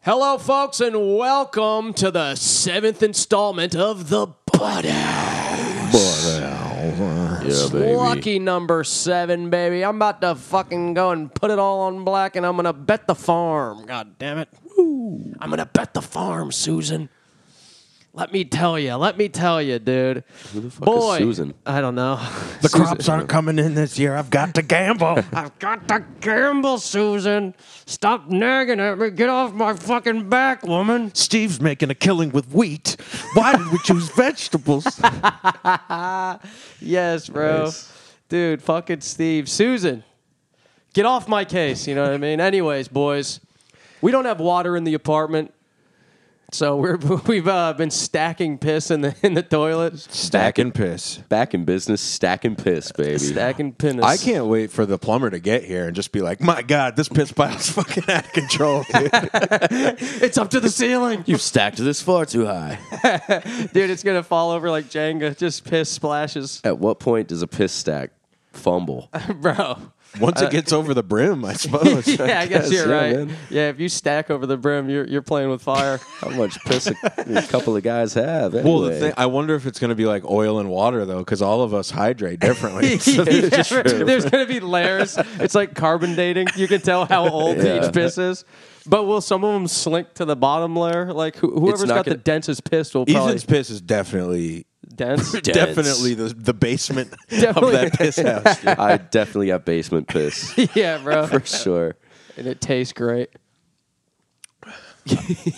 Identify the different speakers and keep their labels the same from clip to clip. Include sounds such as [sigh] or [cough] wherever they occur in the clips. Speaker 1: Hello, folks, and welcome to the seventh installment of the Butt
Speaker 2: Yeah, baby.
Speaker 1: Lucky number seven, baby. I'm about to fucking go and put it all on black, and I'm gonna bet the farm. God damn it! I'm gonna bet the farm, Susan. Let me tell you. Let me tell you, dude. Who the
Speaker 2: fuck is
Speaker 1: Boy,
Speaker 2: Susan?
Speaker 1: I don't know. [laughs]
Speaker 3: The crops aren't coming in this year. I've got to [laughs] gamble.
Speaker 1: I've got to gamble, Susan. Stop nagging at me. Get off my fucking back, woman.
Speaker 3: Steve's making a killing with wheat. Why did we [laughs] choose vegetables?
Speaker 1: Yes, bro.
Speaker 2: Nice.
Speaker 1: Dude, fucking Steve. Susan, get off my case. You know what I mean? Anyways, boys, we don't have water in the apartment. So we're, [laughs] we've uh, been stacking piss in the in the toilet,
Speaker 3: Stack and piss.
Speaker 2: Back in business, stack and piss, baby.
Speaker 1: stacking piss.
Speaker 3: I can't wait for the plumber to get here and just be like, "My God, this piss pile's [laughs] fucking out of control." [laughs] dude."
Speaker 1: It's up to the ceiling,
Speaker 2: You've stacked this far too high.
Speaker 1: dude. It's gonna fall over like Jenga. Just piss splashes, [laughs]
Speaker 2: At what point does a piss stack fumble?
Speaker 1: bro.
Speaker 3: Once it gets over the brim, I suppose.
Speaker 1: Yeah, I guess,
Speaker 2: guess,
Speaker 1: you're
Speaker 2: yeah,
Speaker 1: right.
Speaker 2: man.
Speaker 1: Yeah, if you stack over the brim, you're you're playing with fire.
Speaker 2: How much piss a, a couple of guys have? Anyway.
Speaker 3: [laughs] Well, the thing, I wonder if it's going to be like oil and water though, because all of us hydrate differently.
Speaker 1: [laughs]
Speaker 3: So
Speaker 1: Yeah, there's going to be layers. It's like carbon dating. You can tell how old
Speaker 2: Yeah.
Speaker 1: each piss is. But will some of them slink to the bottom layer? Like who, whoever's
Speaker 2: not
Speaker 1: got
Speaker 2: gonna-
Speaker 1: the densest piss will probably
Speaker 3: [laughs] Ethan's piss is definitely,
Speaker 2: [laughs]
Speaker 1: dense.
Speaker 3: definitely the, the [laughs] basement of
Speaker 1: Definitely.
Speaker 3: that piss [laughs] house. dude.
Speaker 2: I definitely have basement [laughs] piss
Speaker 1: [laughs] yeah, bro.
Speaker 2: for sure.
Speaker 1: And it tastes great.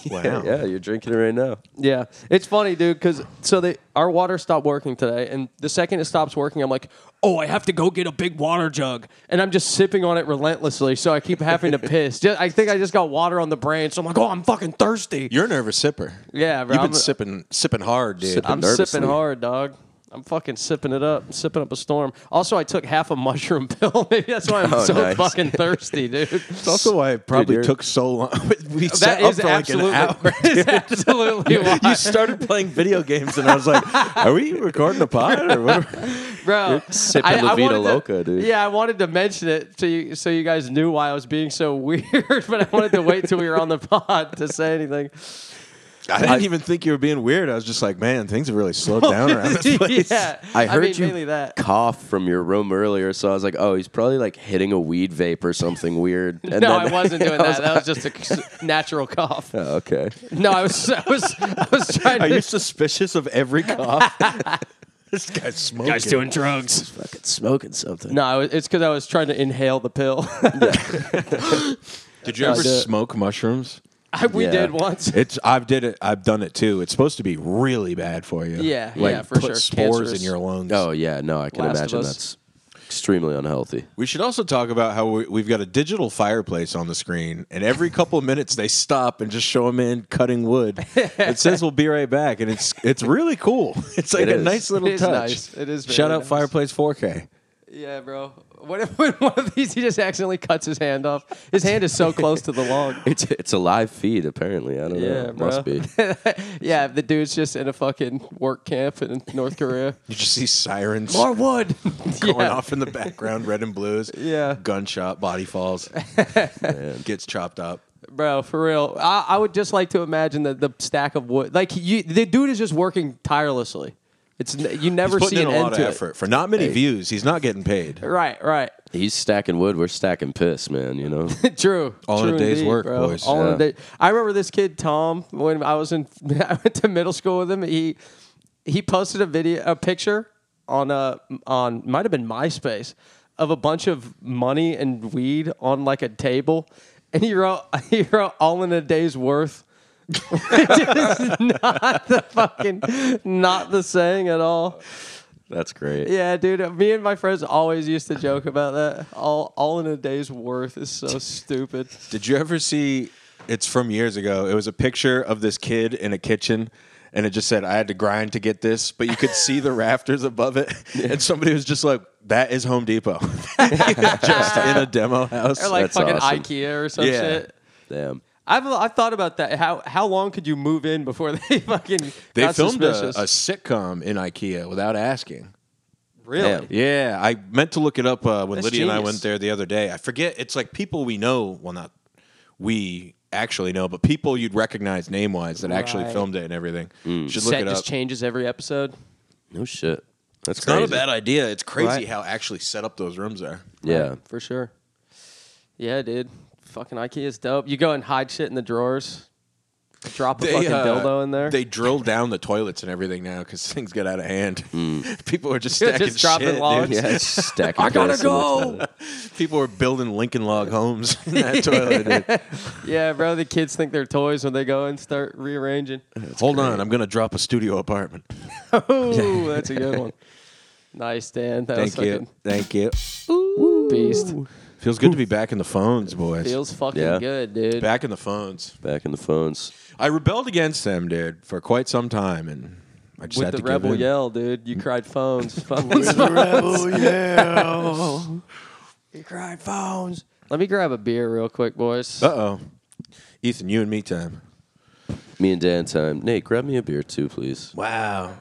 Speaker 3: Wow.
Speaker 2: Yeah, you're drinking it right now.
Speaker 1: Yeah, it's funny, dude. Because so they our water stopped working today, and the second it stops working, I'm like, oh, I have to go get a big water jug, and I'm just sipping on it relentlessly. So I keep having
Speaker 2: [laughs]
Speaker 1: to piss. Ju- I think I just got water on the brain, so I'm like, oh, I'm fucking thirsty.
Speaker 3: You're a nervous sipper.
Speaker 1: Yeah, bro,
Speaker 3: You've been
Speaker 1: I'm-
Speaker 3: sipping sipping hard, dude.
Speaker 2: Sipping.
Speaker 1: I'm
Speaker 2: nervously.
Speaker 1: sipping hard, dog. I'm fucking sipping it up, sipping up a storm. Also, I took half a [laughs] mushroom pill. Maybe that's why I'm
Speaker 2: Oh,
Speaker 1: so
Speaker 2: nice.
Speaker 1: fucking thirsty,
Speaker 2: [laughs]
Speaker 1: dude.
Speaker 3: That's also why it probably
Speaker 2: you're-
Speaker 3: took so long. [laughs] We
Speaker 1: That
Speaker 3: sat up
Speaker 1: is
Speaker 3: for like an
Speaker 1: absolutely,
Speaker 3: [laughs]
Speaker 1: [laughs]
Speaker 3: hour.
Speaker 2: [laughs]
Speaker 1: is absolutely why,
Speaker 3: You started playing video games, and I was like, "Are we recording a pod?" Or what?
Speaker 1: bro.
Speaker 2: sipping La Vida
Speaker 1: wanted to-
Speaker 2: Loca, dude.
Speaker 1: Yeah, I wanted to mention it so you so you guys knew why I was being so [laughs] weird, but I wanted to wait till we were on the [laughs] pod to say anything.
Speaker 3: [laughs] I didn't even think you were being weird. I was just like, "Man, things have really slowed down around
Speaker 1: [laughs]
Speaker 3: this place."
Speaker 1: yeah,
Speaker 2: I heard
Speaker 1: mean,
Speaker 2: you
Speaker 1: mainly that.
Speaker 2: cough from your room earlier, so I was like, "Oh, he's probably like hitting a weed vape or something weird." [laughs] And
Speaker 1: no,
Speaker 2: then-
Speaker 1: I wasn't doing
Speaker 2: I was-
Speaker 1: that. That was just a [laughs] natural cough.
Speaker 2: [laughs] Oh, okay.
Speaker 1: No, I was, I was, I was
Speaker 2: [laughs]
Speaker 1: trying
Speaker 3: Are
Speaker 1: to [laughs]
Speaker 3: you suspicious of every [laughs] cough? this guy's smoking.
Speaker 1: drugs.
Speaker 2: Fucking smoking something.
Speaker 1: No, I was- it's because I was trying to inhale the pill. [laughs]
Speaker 3: Did you ever
Speaker 2: I do.
Speaker 3: smoke mushrooms?
Speaker 1: I- we
Speaker 2: Yeah.
Speaker 1: did once.
Speaker 3: It's I've did it. I've done it too. It's supposed to be really bad for you.
Speaker 1: Yeah,
Speaker 3: like
Speaker 1: yeah, for
Speaker 3: put
Speaker 1: sure.
Speaker 3: spores
Speaker 1: Cancerous.
Speaker 3: in your lungs.
Speaker 2: Oh yeah, no, I can
Speaker 1: Last of
Speaker 2: imagine
Speaker 1: Us.
Speaker 2: that's extremely unhealthy.
Speaker 3: We should also talk about how we, we've got a digital fireplace on the screen, and every couple of minutes they stop and just show a man cutting wood. It says "We'll be right back," and it's it's really cool. [laughs] It's like
Speaker 2: It
Speaker 3: a
Speaker 2: is.
Speaker 3: nice little
Speaker 1: It is
Speaker 3: touch.
Speaker 1: nice. It is
Speaker 3: Shout
Speaker 1: very
Speaker 3: out
Speaker 1: nice.
Speaker 3: Fireplace 4K.
Speaker 1: yeah, bro. [laughs] What if when one of these he just accidentally cuts his hand off? His hand is
Speaker 3: [laughs]
Speaker 1: so close to the log.
Speaker 2: It's it's a live feed apparently. I don't know.
Speaker 1: Yeah,
Speaker 2: It must
Speaker 1: bro.
Speaker 2: be.
Speaker 1: Yeah, the dude's just in a fucking work camp in North Korea.
Speaker 3: [laughs] You just see sirens
Speaker 1: More wood.
Speaker 3: [laughs]
Speaker 1: [laughs]
Speaker 3: going
Speaker 1: yeah.
Speaker 3: off in the background, red and blues.
Speaker 1: Yeah.
Speaker 3: gunshot,
Speaker 1: [laughs]
Speaker 3: body falls, gets chopped up.
Speaker 1: Bro, for real. I, I would just like to imagine that the stack of wood, like you, the dude is just working tirelessly. It's n- you never
Speaker 3: He's putting
Speaker 1: see
Speaker 3: in
Speaker 1: an
Speaker 3: a
Speaker 1: end
Speaker 3: lot of
Speaker 1: to it.
Speaker 3: effort for not many views. He's not getting paid.
Speaker 1: Right, right.
Speaker 2: He's stacking wood. We're stacking piss, man. You know.
Speaker 1: True.
Speaker 3: All in a
Speaker 1: True
Speaker 3: day's
Speaker 1: indeed,
Speaker 3: work,
Speaker 1: bro.
Speaker 3: boys.
Speaker 1: All in a
Speaker 2: Yeah.
Speaker 1: day. I remember this kid Tom when I was in [laughs] I went to middle school with him. He he posted a video, a picture on a on might have been MySpace of a bunch of money and weed on like a table, and he wrote [laughs] he wrote all in a day's worth. [laughs] Which is not the fucking not the saying at all.
Speaker 2: That's great.
Speaker 1: Yeah, dude. Me and my friends always used to joke about that. All all in a day's worth is so stupid.
Speaker 3: Did you ever see? It's from years ago. It was a picture of this kid in a kitchen, and it just said, "I had to grind to get this," but you could see the rafters
Speaker 1: [laughs]
Speaker 3: above it, and somebody was just like, "That is Home Depot," [laughs] just in a demo house.
Speaker 1: Or like
Speaker 2: That's
Speaker 1: fucking
Speaker 2: awesome.
Speaker 1: IKEA or some
Speaker 3: Yeah.
Speaker 1: shit.
Speaker 2: Damn.
Speaker 1: I've I've thought about that. How how long could you move in before [laughs] they fucking
Speaker 3: they
Speaker 1: got
Speaker 3: filmed a,
Speaker 1: suspicious?
Speaker 3: a sitcom in IKEA without asking.
Speaker 1: really?
Speaker 2: Damn.
Speaker 3: Yeah, I meant to look it up uh, when
Speaker 1: That's
Speaker 3: Lydia and I
Speaker 1: genius.
Speaker 3: went there the other day. I forget. It's like people we know. Well, not we actually know, but people you'd recognize name wise that actually
Speaker 1: Right. Mm.
Speaker 3: filmed it and everything. You should look
Speaker 1: Set
Speaker 3: it up.
Speaker 1: just changes every episode.
Speaker 2: No shit. That's
Speaker 3: It's
Speaker 2: crazy.
Speaker 3: not a bad idea. It's crazy
Speaker 1: Right.
Speaker 3: how actually set up those rooms are.
Speaker 2: Yeah.
Speaker 1: for sure. Yeah, dude. Fucking IKEA's dope. You go and hide shit in the drawers. Drop a fucking
Speaker 3: uh,
Speaker 1: dildo in there.
Speaker 3: They drill down the toilets and everything now because [laughs] things get out of hand. [laughs] People are just
Speaker 1: Yeah,
Speaker 3: stacking
Speaker 1: Hmm. just dropping
Speaker 3: shit,
Speaker 1: logs.
Speaker 3: dude.
Speaker 2: [laughs] Yeah, it's just stacking.
Speaker 1: I [laughs] gotta
Speaker 2: toilets in the
Speaker 1: go.
Speaker 2: toilet.
Speaker 3: [laughs] People are building Lincoln log homes [laughs]
Speaker 1: [laughs]
Speaker 3: in that toilet. dude.
Speaker 1: yeah, bro. The kids think they're toys when they go and start
Speaker 3: [laughs]
Speaker 1: rearranging.
Speaker 3: Hold on, I'm gonna drop a studio apartment.
Speaker 1: Ooh, that's a good one. Nice, Dan. That was
Speaker 3: Thank you,
Speaker 1: fucking
Speaker 3: thank you.
Speaker 1: beast.
Speaker 3: Feels good to be back in the phones, boys.
Speaker 1: Feels fucking
Speaker 2: Yeah.
Speaker 1: good, dude.
Speaker 3: back in the phones.
Speaker 2: Back in the phones.
Speaker 3: I rebelled against them, dude, for quite some time, and I just
Speaker 1: With
Speaker 3: had
Speaker 1: the
Speaker 3: to
Speaker 1: rebel
Speaker 3: give in.
Speaker 1: yell, dude. You cried phones. phones.
Speaker 3: Rebel [laughs] yell.
Speaker 1: you cried phones. [laughs] Let me grab a beer real quick, boys.
Speaker 3: uh oh, Ethan, you and me time.
Speaker 2: Me and Dan time. Nate, grab me a beer too, please.
Speaker 3: Wow.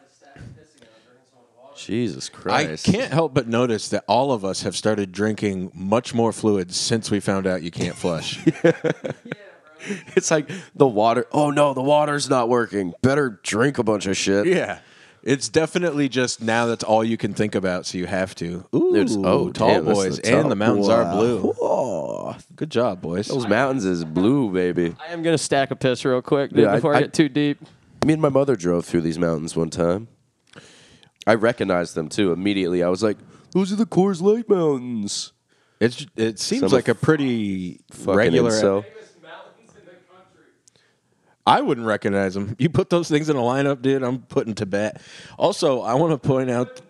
Speaker 2: Jesus
Speaker 3: I
Speaker 2: Christ.
Speaker 3: can't help but notice that all of us have started drinking much more fluids since we found out you
Speaker 2: [laughs]
Speaker 3: can't flush.
Speaker 2: It's like the water. Oh no, the water's not working. Better drink a bunch of shit.
Speaker 3: yeah. It's definitely just now that's all you can think about, so you have to. Ooh,
Speaker 2: There's- oh,
Speaker 3: tall
Speaker 2: damn, that's
Speaker 3: boys,
Speaker 2: the top.
Speaker 3: and the mountains are
Speaker 2: Wow.
Speaker 3: blue. Good job, boys.
Speaker 2: Those mountains is blue, baby.
Speaker 1: I am gonna stack a piss real quick, dude,
Speaker 2: Yeah, I-
Speaker 1: before I,
Speaker 2: I-
Speaker 1: get too deep.
Speaker 2: Me and my mother drove through these mountains one time. I recognized them too immediately. I was like, "Those are the Coors Light Mountains."
Speaker 3: It's, it
Speaker 2: Some
Speaker 3: seems like a pretty regular.
Speaker 2: incel.
Speaker 3: I wouldn't recognize them. You put those things in a lineup, dude. I'm putting Tibet. Also, I want to point out.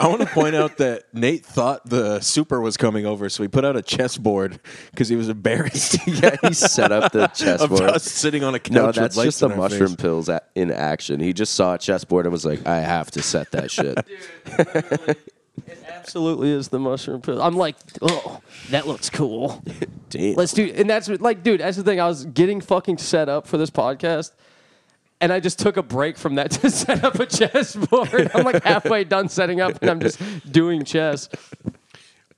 Speaker 3: I want to point out that Nate thought the super was coming over, so he put out a chessboard because he was embarrassed
Speaker 2: [laughs]
Speaker 3: [laughs]
Speaker 2: yeah, he set up the
Speaker 3: of
Speaker 2: chessboard.
Speaker 3: us sitting on a couch.
Speaker 2: No,
Speaker 3: with
Speaker 2: that's
Speaker 3: lights
Speaker 2: just the
Speaker 3: in our face.
Speaker 2: mushroom pills a in action. He just saw a chessboard and was like, "I have to set that shit."
Speaker 1: It absolutely is the mushroom pill. I'm like, oh, that looks cool.
Speaker 2: Damn.
Speaker 1: Let's do. And that's what, like, dude. That's the thing. I was getting fucking set up for this podcast, and I just took a break from that [laughs] to set up a chessboard. I'm like halfway done setting up, and I'm just doing chess. [laughs]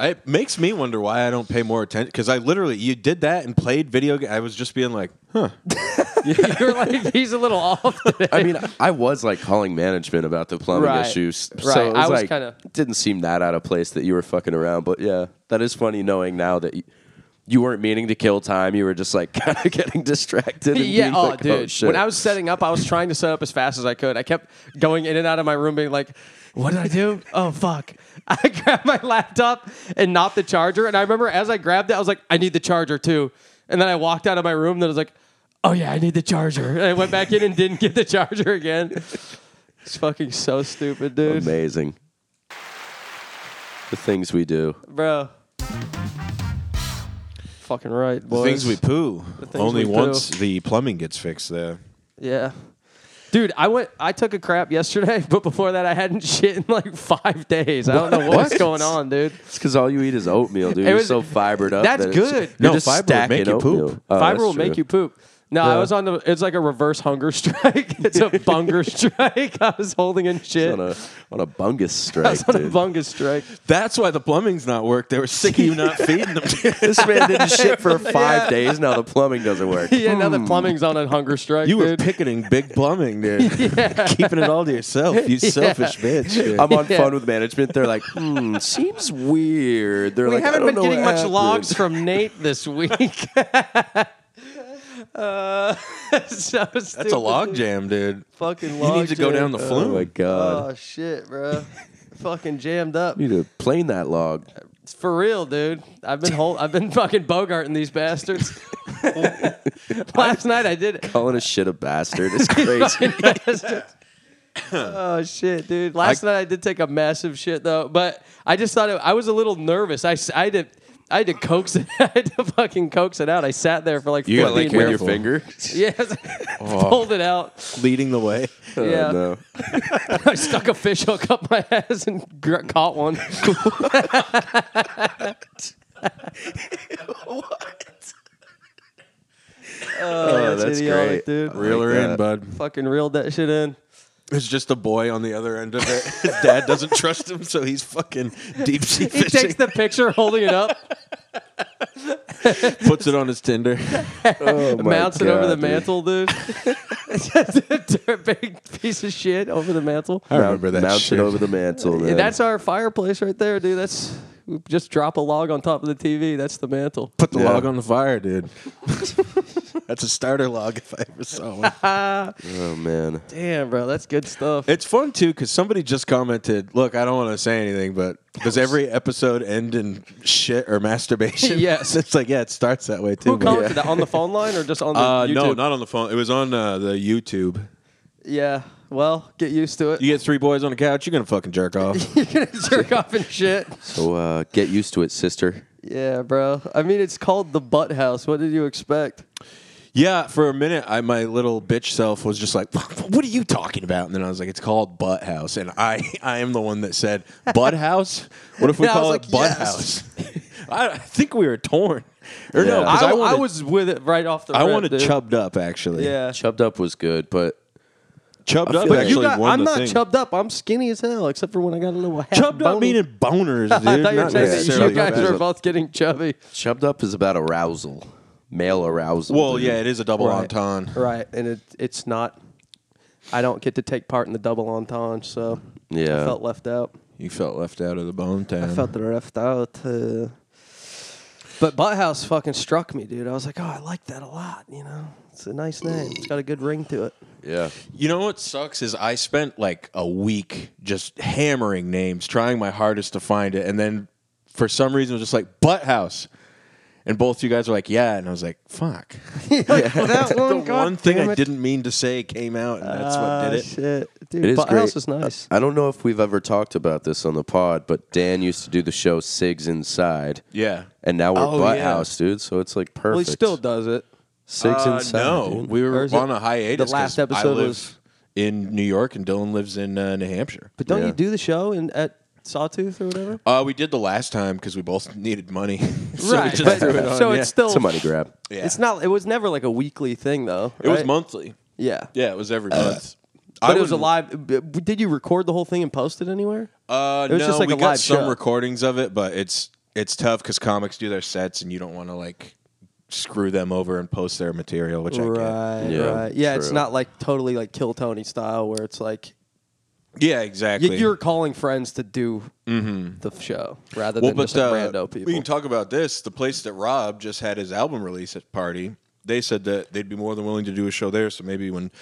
Speaker 3: It makes me wonder why I don't pay more attention because I literally you did that and played video. game. I was just being like, huh.
Speaker 1: You're like, he's a little [laughs] off. Today.
Speaker 2: I mean, I was like calling management about the plumbing
Speaker 1: Right.
Speaker 2: issues, so
Speaker 1: Right.
Speaker 2: it was
Speaker 1: I was
Speaker 2: like
Speaker 1: kinda-
Speaker 2: didn't seem that out of place that you were fucking around. But yeah, that is funny knowing now that you, you weren't meaning to kill time. You were just like [laughs] kind of getting distracted. And
Speaker 1: Yeah,
Speaker 2: being
Speaker 1: oh,
Speaker 2: like,
Speaker 1: dude.
Speaker 2: shit.
Speaker 1: When I was setting up, I was trying to set up as fast as I could. I kept going in and out of my room, being like, "What did I do? Oh fuck!" [laughs] I grabbed my laptop and not the charger. And I remember as I grabbed it, I was like, "I need the charger too." And then I walked out of my room. Then I was like, "Oh yeah, I need the charger." And I went back in and didn't get the charger again. [laughs] It's fucking so stupid, dude,
Speaker 2: amazing, the things we do.
Speaker 1: bro. Fucking right, boys.
Speaker 3: Things we poo.
Speaker 1: things
Speaker 3: Only
Speaker 1: we
Speaker 3: once the plumbing gets fixed, though.
Speaker 1: Yeah. Dude, I went. I took a crap yesterday, [laughs] but before that, I hadn't shit in like five days. I don't know what's
Speaker 2: What? Oh,
Speaker 1: going on, dude.
Speaker 2: It's because all you eat is oatmeal, dude. You're
Speaker 1: was-
Speaker 2: so fibered up.
Speaker 1: that's
Speaker 2: that it's-
Speaker 1: good.
Speaker 2: You're
Speaker 3: No,
Speaker 2: just
Speaker 3: fiber would make
Speaker 2: stacking
Speaker 3: you poop.
Speaker 2: oatmeal. Oh,
Speaker 1: Fiber
Speaker 2: that's
Speaker 1: will make
Speaker 2: true.
Speaker 1: you poop. No, I
Speaker 2: Yeah.
Speaker 1: was on the. It's like a reverse hunger [laughs] strike. It's a bunger
Speaker 2: [laughs]
Speaker 1: strike. I was holding in shit.
Speaker 2: on a on a
Speaker 1: [laughs]
Speaker 2: bungus
Speaker 1: I
Speaker 2: strike,
Speaker 1: was on a
Speaker 2: dude.
Speaker 1: bungus strike. [laughs]
Speaker 3: That's why the plumbing's not work. They were sick of you not feeding them.
Speaker 2: this man didn't shit
Speaker 1: [laughs]
Speaker 2: for five days. Now the plumbing doesn't work.
Speaker 1: Yeah, now the
Speaker 2: Hmm.
Speaker 1: plumbing's on a hunger strike.
Speaker 3: You were
Speaker 1: dude.
Speaker 3: picketing big plumbing, [laughs] dude. Keeping it all to yourself, [laughs] you selfish bitch. dude.
Speaker 2: I'm on
Speaker 1: Yeah.
Speaker 2: phone with management. They're like, hmm, seems weird. They're
Speaker 1: We
Speaker 2: like, I
Speaker 1: haven't
Speaker 2: don't
Speaker 1: been
Speaker 2: know
Speaker 1: getting
Speaker 2: what
Speaker 1: much
Speaker 2: happened.
Speaker 1: logs from Nate this week. [laughs] uh, [laughs] so
Speaker 3: That's a log jam, dude.
Speaker 1: Fucking
Speaker 3: You
Speaker 1: log.
Speaker 3: need to go
Speaker 1: jam.
Speaker 3: down the
Speaker 2: Oh
Speaker 3: flume.
Speaker 2: my god.
Speaker 1: Oh shit,
Speaker 2: [laughs]
Speaker 1: bro. fucking jammed up.
Speaker 2: you need to plane that log.
Speaker 1: It's for real, dude. I've been whole, I've been fucking bogarting these
Speaker 3: [laughs]
Speaker 1: bastards. Last night I did [laughs] it.
Speaker 2: Calling a shit a bastard is crazy.
Speaker 1: Oh shit, dude. Last night I did take a massive shit though, but I just thought it, I was a little nervous. I, s- I had to I had to coax it. [laughs] I had to fucking coax it out. I sat there for like
Speaker 3: You gotta,
Speaker 1: 15
Speaker 3: like, Oh.
Speaker 2: With your
Speaker 1: minutes.
Speaker 2: [laughs]
Speaker 3: Careful.
Speaker 2: finger.
Speaker 3: [laughs]
Speaker 1: Yes. Pulled it out.
Speaker 3: Leading the way.
Speaker 1: yeah.
Speaker 2: Oh, no.
Speaker 1: I stuck a fish hook up my [laughs] ass and gr- caught one.
Speaker 2: Oh, that's
Speaker 1: idiotic,
Speaker 2: great.
Speaker 1: dude.
Speaker 3: Reel her in,
Speaker 2: that.
Speaker 3: bud.
Speaker 1: Fucking reeled that shit in.
Speaker 3: It's just a boy on the other end of it. [laughs] His dad doesn't trust him, so he's fucking deep sea
Speaker 1: He
Speaker 3: fishing.
Speaker 1: takes the picture holding it up.
Speaker 3: [laughs] Puts it on his [laughs] Tinder.
Speaker 2: Oh my
Speaker 1: Mounts it over
Speaker 2: God,
Speaker 1: the
Speaker 2: dude.
Speaker 1: mantle,
Speaker 2: [laughs]
Speaker 1: dude. It's Just a dirt big piece of shit over the mantle.
Speaker 3: I remember that
Speaker 2: Mounts
Speaker 3: shit.
Speaker 2: it over the mantle.
Speaker 1: Yeah,
Speaker 2: Oh, Man.
Speaker 1: That's our fireplace right there, dude. That's we just drop a log on top of the TV. That's the mantle.
Speaker 3: Put the
Speaker 2: Yeah.
Speaker 3: log on the fire, [laughs] dude. That's a starter log if I ever saw one.
Speaker 2: oh man.
Speaker 1: Damn, bro, that's good stuff.
Speaker 3: It's fun too because somebody just commented, "Look, I don't want to say anything, but does every episode end in shit or masturbation?"
Speaker 1: [laughs] Yes.
Speaker 3: it's like yeah, it starts that way too.
Speaker 1: Who
Speaker 3: but-
Speaker 1: commented that on the phone line or just on the
Speaker 3: Uh,
Speaker 1: YouTube?
Speaker 3: no, not on the phone. It was on uh, the YouTube.
Speaker 1: yeah. Well, get used to it. [laughs]
Speaker 3: You get three boys on the couch, you're gonna fucking jerk off.
Speaker 1: You're gonna jerk off and shit.
Speaker 2: So uh, get used to it, sister.
Speaker 1: Yeah, bro. I mean, it's called the Butt House. What did you expect?
Speaker 3: yeah, for a minute, I my little bitch self was just like, "What are you talking about?" And then I was like, "It's called Butt House," and I [laughs] I am the one that said Butt House. What if we
Speaker 1: Yeah, I
Speaker 3: call
Speaker 1: was
Speaker 3: it
Speaker 1: like,
Speaker 3: Butt
Speaker 1: yes.
Speaker 3: House? [laughs] I, I think we were torn. Or no,
Speaker 2: Yeah.
Speaker 3: 'cause
Speaker 1: I,
Speaker 3: I,
Speaker 1: I
Speaker 3: wanted, I
Speaker 1: was with it right off the. rip,
Speaker 3: wanted
Speaker 1: dude.
Speaker 3: chubbed up actually.
Speaker 1: Yeah.
Speaker 2: Chubbed up was good, but
Speaker 3: Chubbed
Speaker 2: I
Speaker 3: up
Speaker 2: feel like
Speaker 1: You
Speaker 3: actually
Speaker 1: got,
Speaker 3: won
Speaker 1: I'm
Speaker 3: the
Speaker 1: not
Speaker 3: thing.
Speaker 1: chubbed up. I'm skinny as hell, except for when I got a little. Half
Speaker 3: chubbed up
Speaker 1: bony-
Speaker 3: meaning
Speaker 1: [laughs]
Speaker 3: boners, dude.
Speaker 1: I thought you were
Speaker 3: not
Speaker 1: saying that
Speaker 3: necessarily
Speaker 1: you guys
Speaker 3: fat.
Speaker 1: were both getting chubby.
Speaker 2: chubbed up is about arousal, male arousal.
Speaker 3: Well,
Speaker 2: dude.
Speaker 3: yeah, it is a double entendre.
Speaker 1: Right, and it, it's not. I don't get to take part in the double entendre, so I
Speaker 2: Yeah.
Speaker 1: felt left out.
Speaker 3: You felt left out of the bone town.
Speaker 1: I felt left out. Uh, but Butthouse fucking struck me, dude. I was like, oh, I like that a lot. You know, it's a nice name. It's got a good ring to it. [laughs]
Speaker 2: yeah.
Speaker 3: You know what sucks is I spent like a week just hammering names, trying my hardest to find it, and then for some reason it was just like Butthouse. And both you guys were like, yeah. And I was like,
Speaker 1: [laughs]
Speaker 3: fuck. [laughs]
Speaker 1: that
Speaker 3: the
Speaker 1: Oh, God
Speaker 3: one thing
Speaker 1: damn
Speaker 3: I
Speaker 1: it.
Speaker 3: didn't mean to say came out, and that's what
Speaker 1: Ah,
Speaker 3: did it.
Speaker 1: Shit, dude.
Speaker 2: It is
Speaker 1: Butthouse
Speaker 2: great.
Speaker 1: is nice.
Speaker 2: I don't know if we've ever talked about this on the pod, but Dan used to do the show Sigs Inside.
Speaker 3: Yeah.
Speaker 2: And now we're
Speaker 3: Oh,
Speaker 2: Butt
Speaker 3: yeah.
Speaker 2: House, dude. So it's like perfect.
Speaker 1: Well, he still does it.
Speaker 2: Sigs
Speaker 3: Uh,
Speaker 2: Inside.
Speaker 3: no,
Speaker 2: dude.
Speaker 3: we were
Speaker 1: Or is it-
Speaker 3: on a hiatus.
Speaker 1: the last
Speaker 3: 'cause I
Speaker 1: episode
Speaker 3: live
Speaker 1: was-
Speaker 3: in New York, and Dylan lives in uh, New Hampshire.
Speaker 1: But don't
Speaker 2: Yeah.
Speaker 1: you do the show in at Sawtooth or whatever?
Speaker 3: Uh, we did the last time because we both needed money, [laughs] so we
Speaker 1: right.
Speaker 3: just
Speaker 1: but-
Speaker 3: threw it on.
Speaker 1: so
Speaker 3: yeah.
Speaker 1: it's still
Speaker 2: It's a money grab.
Speaker 3: Yeah.
Speaker 1: It's not. It was never like a weekly thing though.
Speaker 3: it was
Speaker 1: right?
Speaker 3: monthly.
Speaker 1: Yeah.
Speaker 3: Yeah, it was every month.
Speaker 1: But it was a
Speaker 3: wouldn't-
Speaker 1: live. b- Did you record the whole thing and post it anywhere?
Speaker 3: Uh,
Speaker 1: It was
Speaker 3: no,
Speaker 1: just like
Speaker 3: we
Speaker 1: a
Speaker 3: got
Speaker 1: live
Speaker 3: some
Speaker 1: show.
Speaker 3: recordings of it, but it's it's tough because comics do their sets, and you don't want to like screw them over and post their material, which I
Speaker 1: Right.
Speaker 2: Yeah,
Speaker 1: right. Yeah. It's
Speaker 2: true.
Speaker 1: not like totally like Kill Tony style where it's like
Speaker 3: get. Yeah,
Speaker 1: you,
Speaker 3: exactly. Mm-hmm.
Speaker 1: you're calling friends to do the show rather
Speaker 3: well,
Speaker 1: than
Speaker 3: but
Speaker 1: just like,
Speaker 3: uh,
Speaker 1: rando people.
Speaker 3: we can talk about this. The place that Rob just had his album release at party, they said that they'd be more than willing to do a show there. So maybe when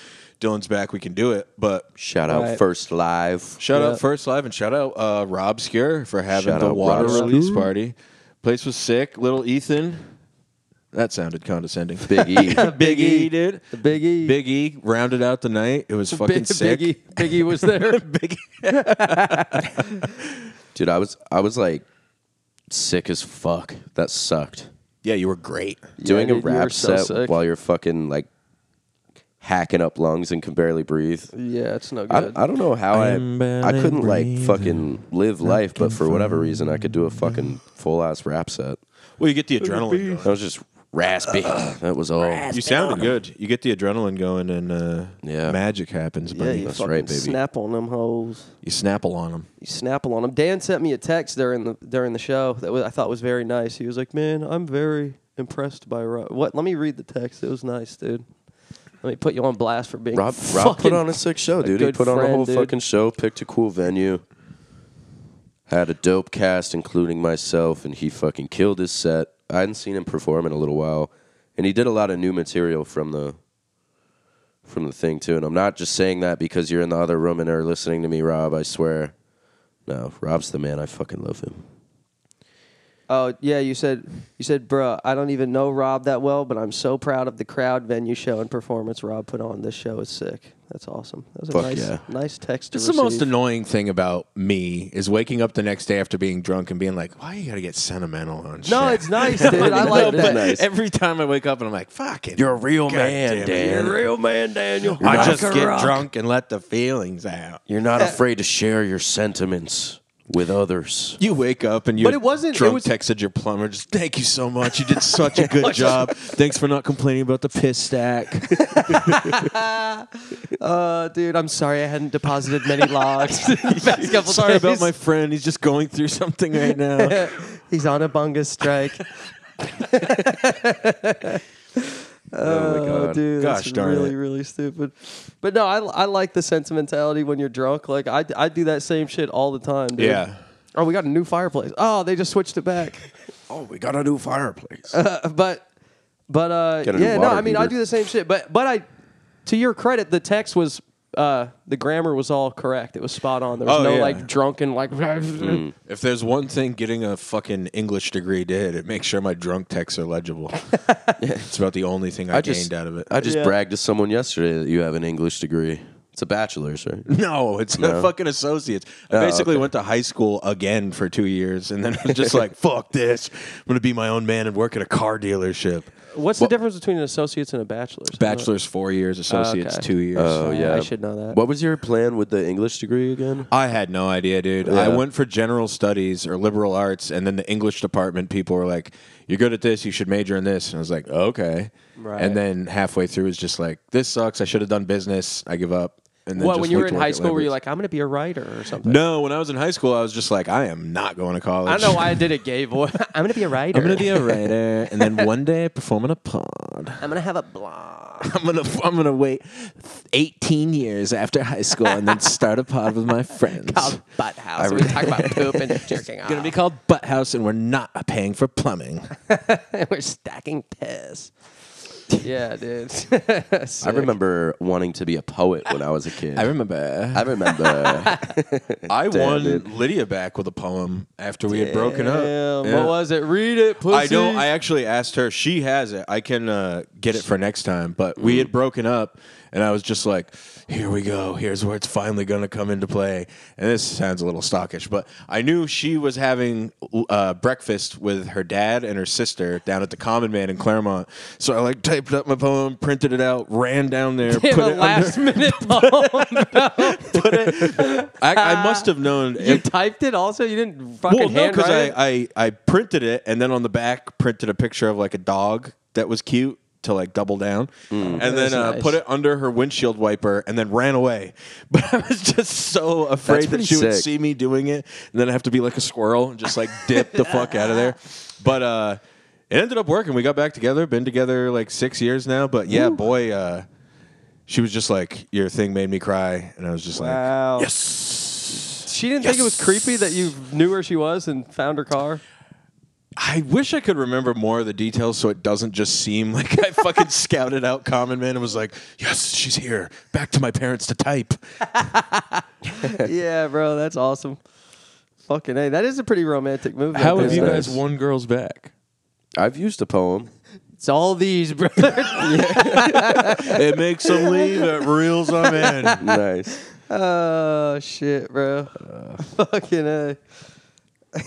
Speaker 3: Dylan's back, we can do it. But
Speaker 2: Shout out
Speaker 1: Right.
Speaker 2: First Live.
Speaker 3: Shout
Speaker 1: Yeah.
Speaker 3: out First Live and shout out uh, Rob Skier for having
Speaker 2: Shout
Speaker 3: the
Speaker 2: out
Speaker 3: water
Speaker 2: Rob
Speaker 3: release party. Place was sick. Little Ethan. That sounded
Speaker 1: [laughs]
Speaker 3: condescending.
Speaker 2: Big E.
Speaker 3: Big [laughs] E, dude.
Speaker 1: The Big E.
Speaker 3: Big E rounded out the night. It was
Speaker 1: [laughs]
Speaker 3: fucking
Speaker 1: Big,
Speaker 3: sick.
Speaker 1: Biggie, Biggie was there.
Speaker 3: [laughs] Big E.
Speaker 2: Dude, I was I was like sick as fuck. That sucked.
Speaker 3: Yeah, you were great.
Speaker 2: Doing
Speaker 1: dude,
Speaker 2: a
Speaker 1: you were
Speaker 2: rap
Speaker 1: so
Speaker 2: set
Speaker 1: sick.
Speaker 2: while you're fucking like hacking up lungs and can barely breathe.
Speaker 1: yeah, it's no
Speaker 2: I,
Speaker 1: good.
Speaker 2: I don't know how I
Speaker 3: I'm barely
Speaker 2: I couldn't like
Speaker 3: breathing.
Speaker 2: fucking live life, but for whatever reason I could do a fucking full ass rap set.
Speaker 3: Well, you get the adrenaline
Speaker 2: That was just raspy. Uh, That was all.
Speaker 3: going. You sounded good. You get the adrenaline going and uh,
Speaker 2: Yeah.
Speaker 3: magic happens.
Speaker 1: yeah,
Speaker 3: But
Speaker 1: you
Speaker 2: That's
Speaker 1: fucking
Speaker 2: right, baby.
Speaker 1: snap on them hoes.
Speaker 3: you snapple on them.
Speaker 1: you snapple on him. Dan sent me a text during the during the show that was, I thought was very nice. He was like, "Man, I'm very impressed by Rob." What? Let me read the text. It was nice, dude. Let me put you on blast for being
Speaker 2: Rob Rob
Speaker 1: fucking-
Speaker 2: put on a sick show, dude. He
Speaker 1: good
Speaker 2: put on a
Speaker 1: friend,
Speaker 2: whole
Speaker 1: dude.
Speaker 2: fucking show, picked a cool venue. Had a dope cast including myself and he fucking killed his set. I hadn't seen him perform in a little while and he did a lot of new material from the from the thing too. And I'm not just saying that because you're in the other room and are listening to me, Rob, I swear. No, Rob's the man. I fucking love him.
Speaker 1: [laughs] Oh yeah, you said you said, "Bruh, I don't even know Rob that well, but I'm so proud of the crowd, venue, show, and performance Rob put on. This show is sick. That's awesome. That was a
Speaker 2: Fuck
Speaker 1: nice
Speaker 2: yeah.
Speaker 1: nice text to
Speaker 3: It's the most
Speaker 1: receive.
Speaker 3: annoying thing about me is waking up the next day after being drunk and being like, "Why you gotta get sentimental on?"
Speaker 1: No,
Speaker 3: shit?"
Speaker 1: it's
Speaker 3: [laughs]
Speaker 1: nice, dude. I like
Speaker 2: but-
Speaker 1: that.
Speaker 2: nice.
Speaker 3: Every time I wake up and I'm like, "Fuck it, you're a real
Speaker 2: man, Dan.
Speaker 1: real man, Daniel.
Speaker 3: I just get drunk and let the feelings out.
Speaker 2: You're not afraid to share your sentiments with others.
Speaker 3: You wake up and you
Speaker 1: But it wasn't- it
Speaker 3: drunk
Speaker 1: was-
Speaker 3: texted your plumber just thank you so much you did
Speaker 1: [laughs]
Speaker 3: such a good job thanks for not complaining about the piss stack
Speaker 1: Uh, dude, I'm sorry I hadn't deposited
Speaker 3: [laughs]
Speaker 1: many logs. in the past couple [laughs]
Speaker 3: sorry
Speaker 1: days.
Speaker 3: about my friend he's just going through something right now
Speaker 1: He's on a bunga strike. [laughs]
Speaker 2: [laughs] oh my god.
Speaker 1: dude,
Speaker 3: Gosh
Speaker 1: that's
Speaker 3: darn
Speaker 1: really,
Speaker 3: it.
Speaker 1: really stupid. But no, I, I like the sentimentality when you're drunk. Like I, I do that same shit all the time. Dude.
Speaker 3: Yeah.
Speaker 1: Oh, we got a new fireplace. Oh, they just switched it
Speaker 2: [laughs]
Speaker 1: back. Uh,
Speaker 2: Oh, we got a new fireplace.
Speaker 1: but, but uh,
Speaker 2: Get a new
Speaker 1: yeah, no,
Speaker 2: water
Speaker 1: I mean I
Speaker 2: heater.
Speaker 1: do the same shit. But but I, to your credit, the text was. Uh, the grammar was all correct. It was spot on. There was
Speaker 3: Oh,
Speaker 1: no
Speaker 3: yeah.
Speaker 1: like drunken like.
Speaker 3: [laughs]
Speaker 2: Mm.
Speaker 3: If there's one thing getting a fucking English degree did, it makes sure my drunk texts are legible. it's about the only thing I,
Speaker 2: I
Speaker 3: gained
Speaker 2: just
Speaker 3: out of it.
Speaker 2: I just
Speaker 1: Yeah.
Speaker 2: bragged to someone yesterday that you have an English degree. It's a bachelor's, right?
Speaker 3: [laughs] no, it's a fucking associates. I basically went to high school again for two years, and then I'm just like, "Fuck this! I'm gonna be my own man and work at a car dealership."
Speaker 1: [laughs] What's the difference between an associate's and a bachelor's?
Speaker 3: Bachelor's four years, associates
Speaker 1: Okay.
Speaker 3: two years.
Speaker 2: Oh yeah.
Speaker 1: I should know that.
Speaker 2: What was your plan with the English degree again?
Speaker 3: I had no idea, dude. I went for general studies or liberal arts, and then the English department people were like, "You're good at this. You should major in this." And I was like, "Okay."
Speaker 1: Right.
Speaker 3: And then halfway through, it's just like, "This sucks. I should have done business. I give up." And then
Speaker 1: What
Speaker 3: just
Speaker 1: when you were
Speaker 3: looked
Speaker 1: in
Speaker 3: to
Speaker 1: high
Speaker 3: work at
Speaker 1: school? Were you
Speaker 3: libraries.
Speaker 1: like, I'm going to be a writer or something?
Speaker 3: No, when I was in high school, I was just like, "I am not going to college."
Speaker 1: I don't know why I did a gay voice. [laughs] I'm gonna be a writer.
Speaker 3: [laughs] I'm
Speaker 1: [laughs]
Speaker 3: gonna be a writer, and then one day perform in a pod. [laughs]
Speaker 1: I'm gonna have a blog.
Speaker 3: I'm gonna I'm gonna wait 18 years after high school, and then start a pod
Speaker 1: [laughs]
Speaker 3: with my friends.
Speaker 1: called Butthouse. House. we talk about poop and
Speaker 3: [laughs]
Speaker 1: jerking off.
Speaker 3: Gonna be called Butthouse, and we're not paying for plumbing.
Speaker 1: [laughs] We're stacking [laughs] piss. Yeah, dude. [laughs]
Speaker 2: I remember wanting to be a poet when I was a kid.
Speaker 3: [laughs] I remember.
Speaker 2: I remember.
Speaker 3: I won
Speaker 2: it.
Speaker 3: Lydia back with a poem after we had broken up.
Speaker 1: Damn,
Speaker 3: Yeah.
Speaker 1: What was it? Read it, pussy.
Speaker 3: I
Speaker 1: [laughs]
Speaker 3: don't. I actually asked her. She has it. I can uh, get it for next time. But we had broken up, and I was just like, "Here we go. Here's where it's finally going to come into play." And this sounds a little stockish, but I knew she was having uh, breakfast with her dad and her sister down at the Common Man in Claremont. So I like typed up my poem, printed it out, ran down there,
Speaker 1: Damn,
Speaker 3: put
Speaker 1: a
Speaker 3: it
Speaker 1: last
Speaker 3: [laughs]
Speaker 1: minute poem.
Speaker 3: under. I, I must have known.
Speaker 1: [laughs] Uh, you typed it. Also, you didn't fucking
Speaker 3: Well, no, because
Speaker 1: handwrite it?
Speaker 3: I, I I printed it and then on the back printed a picture of like a dog that was cute to like double down,
Speaker 2: Mm.
Speaker 3: and then
Speaker 1: That's
Speaker 3: uh,
Speaker 1: nice.
Speaker 3: put it under her windshield wiper and then ran away. [laughs] But I was just so afraid that
Speaker 2: pretty
Speaker 3: she would
Speaker 2: sick.
Speaker 3: see me doing it, and then I have to be like a squirrel and just like
Speaker 1: [laughs]
Speaker 3: dip the fuck out of there. But uh, it ended up working. We got back together. Been together like six years now. But yeah, boy. Uh, she was just like, "Your thing made me cry," and I was just like,
Speaker 1: Wow. Yes. She didn't think it was creepy that you knew where she was and found her car.
Speaker 3: I wish I could remember more of the details so it doesn't just seem [laughs] like I fucking scouted out Common Man and was like, yes, she's here. Back to my parents to type.
Speaker 1: yeah, bro, that's awesome. Fucking a, that is a pretty romantic movie.
Speaker 3: How
Speaker 1: I
Speaker 3: have
Speaker 1: think.
Speaker 3: you
Speaker 2: That's
Speaker 3: guys
Speaker 2: nice.
Speaker 3: won girls back?
Speaker 2: I've used a poem.
Speaker 1: It's all these,
Speaker 2: [laughs]
Speaker 1: brother.
Speaker 3: It makes them leave, it reels them in.
Speaker 2: Nice.
Speaker 1: Oh shit, bro. Fucking uh [laughs]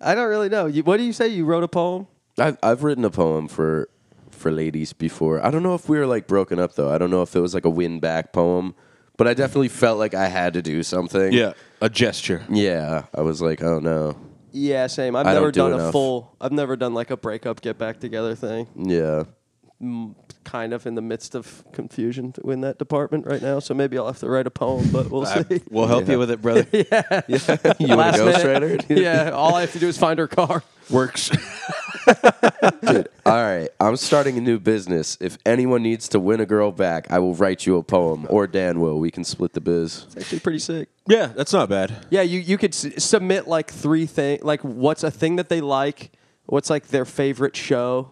Speaker 1: I don't really know. You, what do you say? You wrote a poem?
Speaker 2: I've I've written a poem for for ladies before. I don't know if we were like broken up though. I don't know if it was like a win back poem, but I definitely felt like I had to do something.
Speaker 3: [laughs] Yeah, a gesture.
Speaker 2: Yeah. I was like, oh no.
Speaker 1: Yeah, same. I've
Speaker 2: I
Speaker 1: never
Speaker 2: don't do
Speaker 1: done a
Speaker 2: enough.
Speaker 1: full. I've never done like a breakup, get back together thing.
Speaker 2: Yeah.
Speaker 1: Mm, kind of in the midst of confusion in that department right now. So maybe I'll have to write a poem, but
Speaker 2: [laughs]
Speaker 1: we'll see.
Speaker 3: We'll help you with it, brother.
Speaker 2: You want
Speaker 1: Last
Speaker 2: a
Speaker 1: minute. [laughs]
Speaker 2: ghostwriter?
Speaker 1: yeah, all I have to do is find her car.
Speaker 3: [laughs] Works.
Speaker 2: All right, I'm starting a new business. If anyone needs to win a girl back, I will write you a poem, or Dan will. We can split the biz.
Speaker 1: It's actually pretty sick.
Speaker 3: yeah, that's not bad.
Speaker 1: Yeah, you you could s- submit like three things. Like, what's a thing that they like? What's like their favorite show?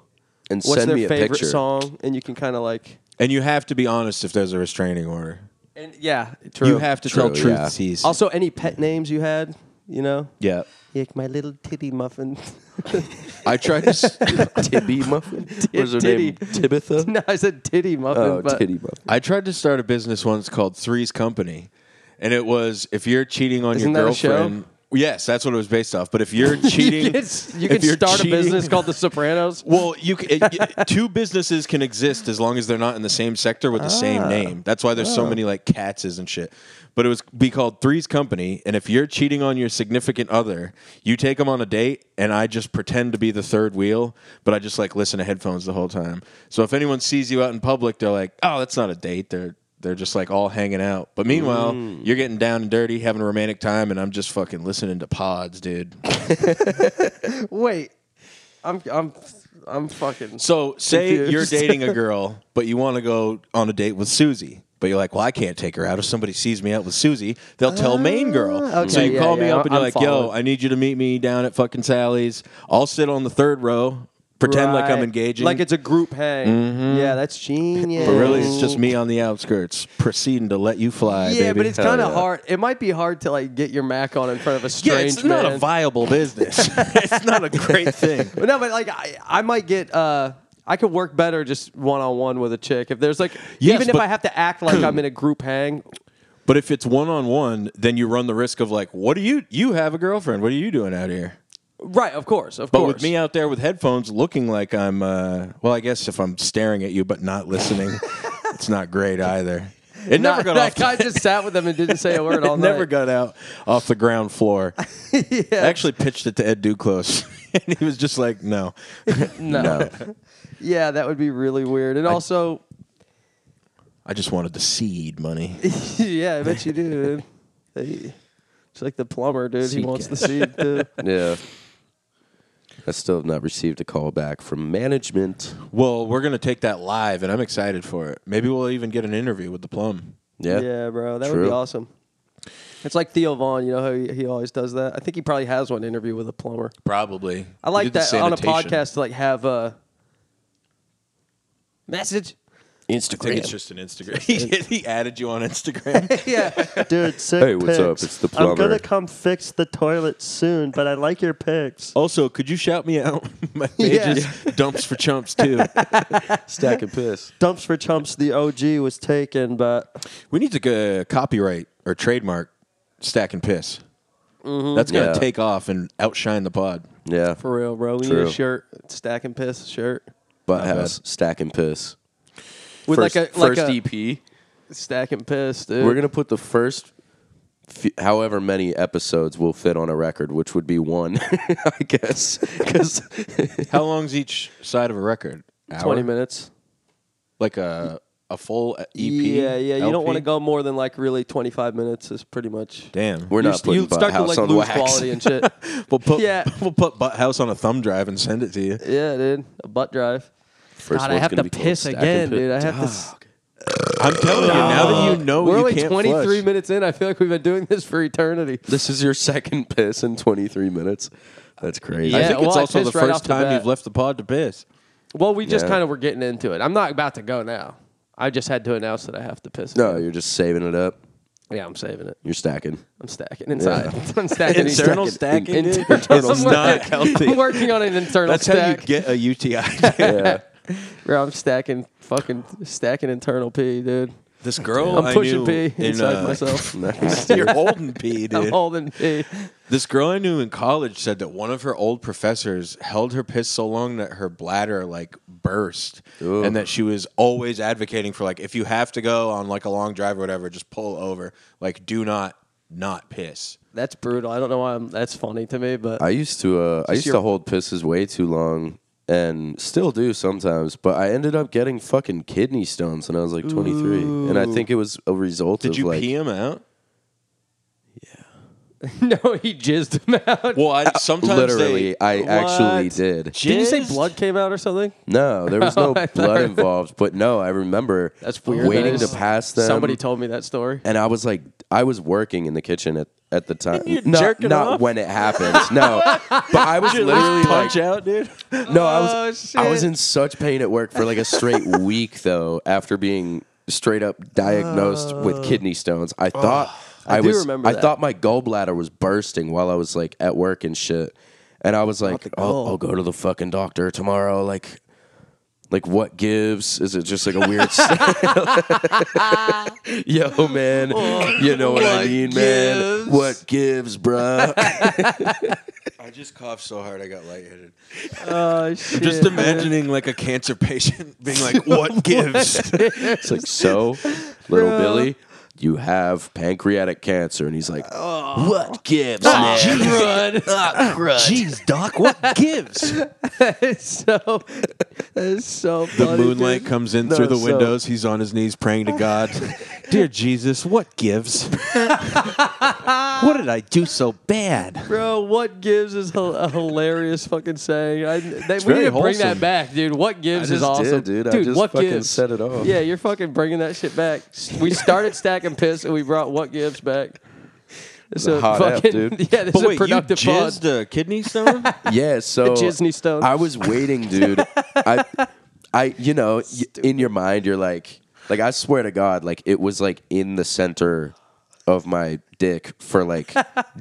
Speaker 2: And
Speaker 1: What's
Speaker 2: send
Speaker 1: their
Speaker 2: me a
Speaker 1: favorite
Speaker 2: picture.
Speaker 1: song? And you can kind of like,
Speaker 3: And you have to be honest if there's a restraining order.
Speaker 1: and yeah, true.
Speaker 3: you have to tell
Speaker 2: True,
Speaker 3: truth
Speaker 2: yeah.
Speaker 3: sees.
Speaker 1: also any pet names you had. You know,
Speaker 3: yeah.
Speaker 1: like my little titty muffin.
Speaker 3: I tried to. [laughs] s-
Speaker 2: [laughs] Tibby
Speaker 1: [laughs]
Speaker 2: Muffin. What's her
Speaker 1: Titty.
Speaker 2: name?
Speaker 1: [laughs] [laughs]
Speaker 2: Tibitha.
Speaker 1: no, I said titty muffin.
Speaker 2: Oh,
Speaker 1: but [laughs]
Speaker 2: Titty Muffin.
Speaker 3: I tried to start a business once called Three's Company, and it was if you're cheating on
Speaker 1: Isn't
Speaker 3: your
Speaker 1: that a show?
Speaker 3: girlfriend. Yes, that's what it was based off.
Speaker 1: [laughs]
Speaker 3: But if you're
Speaker 1: you
Speaker 3: cheating,
Speaker 1: can, s- you
Speaker 3: if
Speaker 1: can
Speaker 3: you're
Speaker 1: start a
Speaker 3: cheating-
Speaker 1: business called The Sopranos.
Speaker 3: Well, you c- it, [laughs] it- two businesses can exist as long as they're not in the same sector with the same name. That's why there's so many like Katz's and shit. But it was be called Three's Company, and if you're cheating on your significant other, you take them on a date, and I just pretend to be the third wheel, but I just like listen to headphones the whole time. So if anyone sees you out in public, they're like, "Oh, that's not a date." They're they're just like all hanging out. But meanwhile, you're getting down and dirty, having a romantic time, and I'm just fucking listening to pods, dude.
Speaker 1: [laughs] Wait, I'm I'm I'm fucking.
Speaker 3: So say
Speaker 1: Confused.
Speaker 3: you're dating a girl, but you want to go on a date with Susie. But you're like, well, I can't take her out. If somebody sees me out with Susie, they'll tell main girl.
Speaker 1: Ah, okay,
Speaker 3: so you
Speaker 1: yeah,
Speaker 3: call me
Speaker 1: yeah,
Speaker 3: up and you're
Speaker 1: I'm
Speaker 3: like, yo,
Speaker 1: following.
Speaker 3: I need you to meet me down at fucking Sally's. I'll sit on the third row, pretend like I'm
Speaker 1: Right.
Speaker 3: engaging.
Speaker 1: Like it's a group hang.
Speaker 2: Mm-hmm.
Speaker 1: Yeah, that's genius.
Speaker 3: but really, it's just me on the outskirts, proceeding to let you fly.
Speaker 1: Oh. Yeah,
Speaker 3: baby.
Speaker 1: but it's
Speaker 2: Hell
Speaker 1: kind of
Speaker 2: yeah.
Speaker 1: hard. It might be hard to like get your Mac on in front of a
Speaker 3: yeah,
Speaker 1: strange
Speaker 3: it's not
Speaker 1: man.
Speaker 3: a
Speaker 1: [laughs]
Speaker 3: viable business. it's not a great thing.
Speaker 1: But no, but like I, I might get. uh I could work better just one on one with a chick. If there's like,
Speaker 3: Yes,
Speaker 1: even if
Speaker 3: but-
Speaker 1: I have to act like I'm in a group hang,
Speaker 3: But if it's one on one, then you run the risk of like, what do you? You have a girlfriend. What are you doing out here?
Speaker 1: right? Of course, of
Speaker 3: But
Speaker 1: course.
Speaker 3: with me out there with headphones, looking like I'm, uh, well, I guess if I'm staring at you but not [laughs] listening, it's not great either. It never
Speaker 1: Nah,
Speaker 3: got
Speaker 1: that
Speaker 3: off. [laughs]
Speaker 1: guy just sat with them and didn't say a word all
Speaker 3: it [laughs] never
Speaker 1: night.
Speaker 3: got out off the ground [laughs] floor.
Speaker 1: [laughs]
Speaker 3: I actually pitched it to Ed Duclos, [laughs] and he was just like, "No,
Speaker 1: no. [laughs] yeah, that would be really weird. And also, [laughs]
Speaker 3: I just wanted the seed [laughs] money."
Speaker 1: yeah, I bet you do,
Speaker 3: [laughs]
Speaker 1: dude. Hey, it's like the plumber, dude. He
Speaker 3: Seed
Speaker 1: wants the seed too.
Speaker 2: Yeah. I still have not received a call back from management.
Speaker 3: Well, we're gonna take that live, and I'm excited for it. Maybe we'll even get an interview with the plum.
Speaker 2: Yeah.
Speaker 1: bro, that would be
Speaker 2: True.
Speaker 1: awesome. It's like Theo Vaughn, you know how he, he always does that. I think he probably has one interview with a plumber.
Speaker 3: Probably.
Speaker 1: I like that on a podcast to like have a message. [laughs]
Speaker 3: I think
Speaker 2: Instagram.
Speaker 3: it's just an Instagram. [laughs] he, he added you on [laughs] Instagram.
Speaker 1: yeah,
Speaker 4: Dude, sick
Speaker 2: Hey, what's up?
Speaker 4: pics.
Speaker 2: It's the
Speaker 4: I'm
Speaker 2: plumber.
Speaker 4: gonna come fix the toilet soon, but I like your pics.
Speaker 3: Also, could you shout me out? [laughs] My page
Speaker 1: Yeah.
Speaker 3: is dumps for chumps [laughs] too.
Speaker 2: Stack and piss.
Speaker 4: Dumps for Chumps, the OG was taken, but
Speaker 3: We need to uh, copyright or trademark stack and piss. That's gonna
Speaker 2: Yeah.
Speaker 3: take off and outshine the pod.
Speaker 2: [laughs] Yeah.
Speaker 1: for real, bro. We need
Speaker 2: True.
Speaker 1: a shirt, stack and piss shirt
Speaker 2: Butt house. Stack and piss.
Speaker 1: with like
Speaker 2: first,
Speaker 1: a like
Speaker 3: E
Speaker 2: first
Speaker 1: a
Speaker 2: EP.
Speaker 1: stack and piss, dude.
Speaker 2: We're gonna put the first, few, however many episodes will fit on a record, which would be one, [laughs] I
Speaker 1: [laughs]
Speaker 2: guess. Because
Speaker 3: [laughs] How long's each side of a record? Hour?
Speaker 1: twenty minutes.
Speaker 3: Like a a full E EP.
Speaker 1: Yeah, yeah. You don't
Speaker 3: LP?
Speaker 1: want to go more than like really twenty five minutes. Is pretty much.
Speaker 3: Damn.
Speaker 2: we're not putting
Speaker 1: you
Speaker 2: butt
Speaker 1: start to
Speaker 2: house
Speaker 1: like
Speaker 2: on
Speaker 1: lose
Speaker 2: wax.
Speaker 1: quality and shit.
Speaker 3: we'll put
Speaker 1: Yeah.
Speaker 3: [laughs] we'll put butt house on a thumb drive and send it to you.
Speaker 1: yeah, dude. A butt drive.
Speaker 2: First
Speaker 1: God, I
Speaker 2: one's
Speaker 1: have
Speaker 2: gonna
Speaker 1: to
Speaker 2: be called
Speaker 1: piss
Speaker 2: Stack and
Speaker 1: again,
Speaker 2: Piss.
Speaker 1: dude. I have to. s-
Speaker 3: I'm telling you, now that you know
Speaker 1: We're
Speaker 3: you
Speaker 1: only
Speaker 3: can't
Speaker 1: 23
Speaker 3: flush.
Speaker 1: minutes in. I feel like we've been doing this for eternity.
Speaker 2: This is your [laughs] second piss in 23 minutes. That's crazy.
Speaker 3: I
Speaker 1: Yeah,
Speaker 3: think it's
Speaker 1: well, I
Speaker 3: also the
Speaker 1: pissed right off
Speaker 3: first
Speaker 1: the
Speaker 3: time
Speaker 1: bat.
Speaker 3: you've left the pod to piss.
Speaker 1: Well, we just
Speaker 2: Yeah.
Speaker 1: kind of were getting into it. I'm not about to go now. I just had to announce that I have to piss.
Speaker 2: No, you're just saving it up.
Speaker 1: Yeah, I'm saving it.
Speaker 2: You're stacking.
Speaker 1: I'm stacking inside. [laughs] I'm stacking
Speaker 3: Internal
Speaker 1: inside.
Speaker 3: stacking. dude?
Speaker 1: Internal
Speaker 3: [laughs] It's not healthy.
Speaker 1: [laughs] I'm working on an internal
Speaker 3: That's how you
Speaker 1: stack.
Speaker 3: get a UTI.
Speaker 2: [laughs] Yeah.
Speaker 1: Bro, I'm stacking fucking stacking internal pee, dude.
Speaker 3: this girl,
Speaker 1: I'm
Speaker 3: I
Speaker 1: pushing
Speaker 3: knew
Speaker 1: pee
Speaker 3: in,
Speaker 1: inside [laughs]
Speaker 3: uh, [laughs]
Speaker 1: myself.
Speaker 2: nice.
Speaker 3: You're holding pee,
Speaker 1: I'm
Speaker 3: dude.
Speaker 1: holding pee.
Speaker 3: This girl I knew in college said that one of her old professors held her piss so long that her bladder like burst,
Speaker 2: Ooh.
Speaker 3: and that she was always advocating for like if you have to go on like a long drive or whatever, just pull over. Like, do not not piss.
Speaker 1: That's brutal. I don't know why I'm, that's funny to me, but
Speaker 2: I used to uh, I used to hold pisses way too long and still do sometimes, but I ended up getting fucking kidney stones when I was like 23, and I think it was a result
Speaker 3: Did
Speaker 2: of
Speaker 3: you
Speaker 2: like
Speaker 3: pee him out?
Speaker 1: [laughs] no, he jizzed him out.
Speaker 3: Well, I sometimes
Speaker 2: literally
Speaker 3: They,
Speaker 2: I actually
Speaker 1: What?
Speaker 2: did.
Speaker 1: Did you say
Speaker 3: Jizzed?
Speaker 1: blood came out or something?
Speaker 2: No, there was no
Speaker 1: [laughs] I
Speaker 2: blood
Speaker 1: thought-
Speaker 2: involved, but no, I remember
Speaker 1: That's weird.
Speaker 2: waiting
Speaker 1: That is-
Speaker 2: to pass them.
Speaker 1: Somebody told me that
Speaker 3: [laughs]
Speaker 1: story.
Speaker 2: and I was like, I was working in the kitchen at, at the time.
Speaker 3: you're
Speaker 2: not
Speaker 3: jerking
Speaker 2: not
Speaker 3: off?
Speaker 2: when it happened. No, but I was literally like,
Speaker 3: punch out, dude.
Speaker 2: no, I was
Speaker 1: Oh,
Speaker 2: I was
Speaker 1: shit.
Speaker 2: in such pain at work for like a straight week though after being straight up diagnosed with kidney stones. I thought I,
Speaker 1: do
Speaker 2: was
Speaker 1: remember
Speaker 2: I
Speaker 1: that.
Speaker 2: thought my gallbladder was bursting while I was like at work and shit. And I was like, I'll, I'll go to the fucking doctor tomorrow. Like, like what gives? Is it just like a weird? [laughs] Yo, man, you know what, I
Speaker 1: Oh. What
Speaker 2: mean, man.
Speaker 1: gives?
Speaker 2: What gives, bruh?
Speaker 3: I just coughed so hard I got lightheaded.
Speaker 1: Oh shit!
Speaker 3: Just imagining like a cancer patient [laughs] being like, "What gives?"
Speaker 2: It's like, so, little Billy, you have pancreatic cancer. And he's like,
Speaker 1: Oh.
Speaker 2: what gives, man?
Speaker 3: [laughs] [laughs] Ah,
Speaker 1: [laughs]
Speaker 3: Jeez, Doc, what [laughs] gives?
Speaker 1: it's so it's so
Speaker 3: The
Speaker 1: funny,
Speaker 3: moonlight
Speaker 1: dude.
Speaker 3: comes in
Speaker 1: No,
Speaker 3: through the
Speaker 1: so-
Speaker 3: windows. He's [laughs] on his knees praying to God. Dear Jesus, what gives? what did I do so bad?
Speaker 1: Bro, what gives is hil- a hilarious fucking saying. I, they, we
Speaker 3: very
Speaker 1: need to bring that
Speaker 3: wholesome.
Speaker 1: back, dude. What gives
Speaker 2: I
Speaker 1: is
Speaker 2: just
Speaker 1: awesome,
Speaker 2: did, dude. I just
Speaker 1: what
Speaker 2: fucking
Speaker 1: gives?
Speaker 2: set it off.
Speaker 1: Yeah, you're fucking bringing that shit back. We started stacking piss, and we brought what gives back. It's
Speaker 2: a hot app,
Speaker 1: [laughs]
Speaker 2: dude.
Speaker 1: Yeah, this is
Speaker 3: But wait,
Speaker 1: a
Speaker 3: you
Speaker 1: productive pod.
Speaker 3: jizzed a kidney [laughs] stone?
Speaker 1: [laughs]
Speaker 2: Yeah, so
Speaker 1: Disney stone.
Speaker 2: I was waiting, dude. I, I, you know, y- in your mind, you're like, like I swear to God, like it was like in the center of my dick for
Speaker 1: [laughs]
Speaker 2: like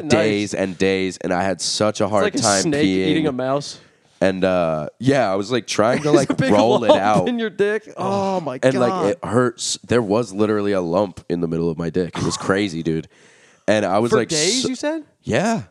Speaker 2: days and days, and I had such a hard
Speaker 1: It's like
Speaker 2: time
Speaker 1: a snake
Speaker 2: peeing.
Speaker 1: eating a
Speaker 2: [laughs]
Speaker 1: mouse.
Speaker 2: and uh, yeah, I was like trying to like
Speaker 1: It's a big
Speaker 2: roll it
Speaker 1: lump
Speaker 2: out.
Speaker 1: in your dick. Oh my god!
Speaker 2: and like it hurts. There was literally a lump in the middle of my dick.
Speaker 1: [sighs]
Speaker 2: It was crazy, dude. And I was
Speaker 1: for
Speaker 2: like,
Speaker 1: days,
Speaker 2: so-
Speaker 1: you said.
Speaker 2: yeah,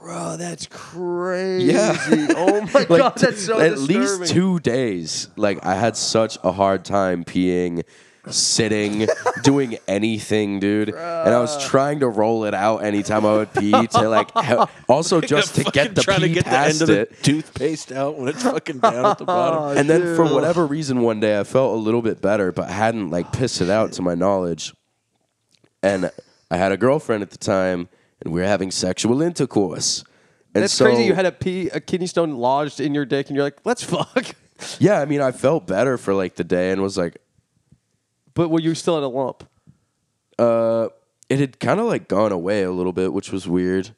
Speaker 1: Bro, that's crazy.
Speaker 2: Yeah. [laughs]
Speaker 1: Oh my
Speaker 2: like
Speaker 1: god, that's so
Speaker 2: at
Speaker 1: disturbing.
Speaker 2: least two days. Like I had such a hard time peeing,
Speaker 1: [laughs]
Speaker 2: sitting, doing anything, dude. And I was trying to roll it out anytime I would pee
Speaker 1: [laughs]
Speaker 2: to like he- also just to get the
Speaker 3: trying
Speaker 2: pee
Speaker 3: to get the end
Speaker 2: past
Speaker 3: of the Oh,
Speaker 2: it.
Speaker 3: toothpaste out when it's fucking down at the [laughs] bottom.
Speaker 2: And then for whatever reason, one day I felt a little bit better, but hadn't like pissed it out to my knowledge. And I had a girlfriend at the time, and we were having sexual intercourse. And
Speaker 1: That's
Speaker 2: so,
Speaker 1: crazy. You had a pee, a kidney stone lodged in your dick, and you're like, "Let's fuck." [laughs]
Speaker 2: yeah. I mean, I felt better for like the day, and was like,
Speaker 1: But were you still in a lump?
Speaker 2: Uh, it had kind of like gone away a little bit, which was weird.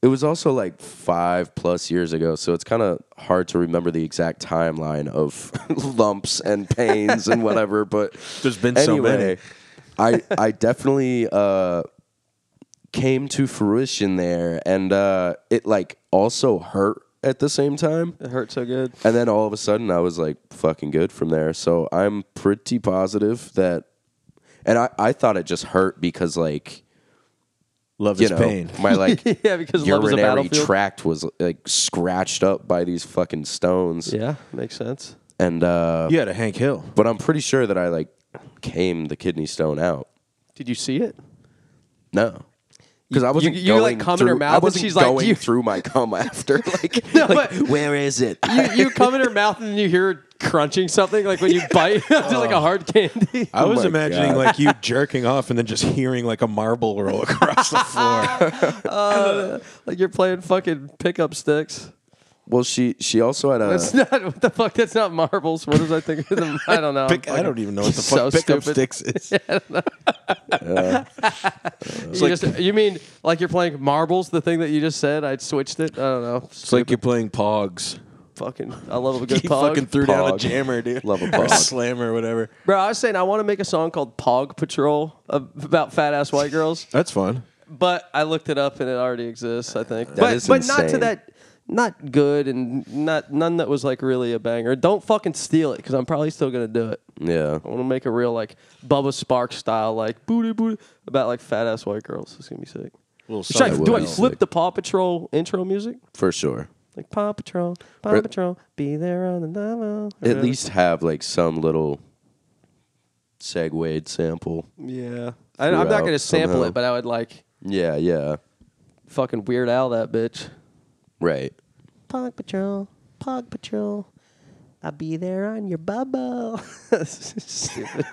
Speaker 2: It was also like five plus years ago, so it's kind of hard to remember the exact timeline of [laughs] lumps and pains and whatever. But
Speaker 3: There's been so
Speaker 2: I I definitely uh, came to fruition there, and uh, it like also hurt at the same time.
Speaker 1: It hurt so good.
Speaker 2: And then all of a sudden, I was like fucking good from there. So I'm pretty positive that, and I, I thought it just hurt because like
Speaker 3: Love
Speaker 2: you
Speaker 3: is
Speaker 2: know
Speaker 3: pain.
Speaker 1: [laughs]
Speaker 2: my like
Speaker 1: yeah, because love is a
Speaker 2: urinary
Speaker 1: battlefield.
Speaker 2: tract was like scratched up by these fucking stones.
Speaker 1: yeah, makes sense.
Speaker 2: And uh,
Speaker 3: You had a Hank [laughs] Hill.
Speaker 2: but I'm pretty sure that I like came the kidney stone out.
Speaker 1: Did you see it?
Speaker 2: No. Because I wasn't
Speaker 1: you- you, like,
Speaker 2: going
Speaker 1: cum in
Speaker 2: through,
Speaker 1: her mouth
Speaker 2: I
Speaker 1: and
Speaker 2: wasn't
Speaker 1: she's like,
Speaker 2: going
Speaker 1: you-
Speaker 2: through my cum after. [laughs] Like,
Speaker 1: [laughs] [laughs] No,
Speaker 3: [laughs]
Speaker 2: like,
Speaker 1: but-
Speaker 2: where is it?
Speaker 1: You, you come in her mouth and you hear her crunching something like when you bite [laughs] it's like a hard candy.
Speaker 3: Oh. [laughs] I was
Speaker 2: my
Speaker 3: imagining
Speaker 2: God.
Speaker 3: like you jerking off and then just hearing like a marble roll [laughs] across the
Speaker 1: [laughs]
Speaker 3: floor.
Speaker 1: [laughs] like you're playing fucking pickup
Speaker 3: Uh.
Speaker 1: sticks.
Speaker 2: well, she she also had a.
Speaker 1: That's not what the fuck. That's not marbles. What was I thinking? of them? I don't know.
Speaker 3: Pick, I don't even know what the
Speaker 1: So
Speaker 3: fuck pickup
Speaker 1: stupid.
Speaker 3: sticks
Speaker 1: [laughs]
Speaker 3: is.
Speaker 1: You, just, you mean like you're playing marbles? The thing that you just said, I switched it. I don't know.
Speaker 3: It's like you're playing Pogs.
Speaker 1: Fucking, I
Speaker 3: [laughs]
Speaker 1: love a good
Speaker 3: He
Speaker 1: pog.
Speaker 3: fucking threw down a
Speaker 2: Pog.
Speaker 3: jammer, dude.
Speaker 2: Love a
Speaker 3: [laughs] Or
Speaker 2: pog.
Speaker 3: slammer, whatever.
Speaker 1: Bro, I was saying I want to make a song called Pog Patrol ab- about fat ass white girls,
Speaker 3: That's fun.
Speaker 1: but I looked it up and it already exists. I think,
Speaker 2: That
Speaker 1: but
Speaker 2: is
Speaker 1: but not to
Speaker 2: insane.
Speaker 1: that, not good and not none that was like really a banger. Don't fucking steal it because I'm probably still gonna do it.
Speaker 2: yeah.
Speaker 1: I want to make a real like Bubba Spark style like booty booty about like fat ass white girls. It's gonna be sick. Should I,
Speaker 2: That
Speaker 1: do
Speaker 2: would
Speaker 1: I
Speaker 2: be
Speaker 1: flip
Speaker 2: sick.
Speaker 1: the Paw Patrol intro music?
Speaker 2: For sure.
Speaker 1: Like Paw Patrol, Paw
Speaker 2: Or-
Speaker 1: Patrol, be there on the level.
Speaker 2: At least have like some little segued sample.
Speaker 1: yeah. I, I'm not
Speaker 2: throughout
Speaker 1: gonna sample
Speaker 2: somehow.
Speaker 1: it, but I would like
Speaker 2: Yeah, yeah.
Speaker 1: fucking Weird Al that bitch.
Speaker 2: Right.
Speaker 5: Pog Patrol, Pog Patrol. I'll be there on your bubble. [laughs]
Speaker 1: Stupid.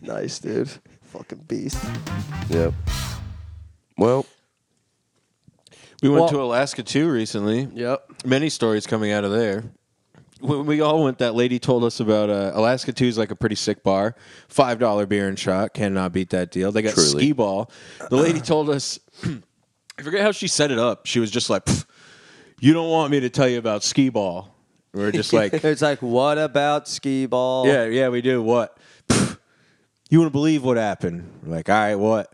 Speaker 1: nice, dude. Fucking beast.
Speaker 2: Yep. Well, [laughs]
Speaker 3: We went
Speaker 1: Well-
Speaker 3: to Alaska too recently.
Speaker 1: Yep.
Speaker 3: Many stories coming out of there. When we all went, that lady told us about uh, Alaska 2 is like a pretty sick bar. $5 beer and shot. Cannot beat that deal. They got
Speaker 2: Truly.
Speaker 3: skee ball. The lady told us, [clears throat] I forget how she set it up. She was just like, "Pff, You don't want me to tell you about skee ball. We We're
Speaker 5: [laughs]
Speaker 1: [laughs]
Speaker 3: just like,
Speaker 1: It's like, what about skee ball?
Speaker 3: Yeah, yeah, we do. What? [sighs] Pfft. you wouldn't believe what happened. We're like, all right, what?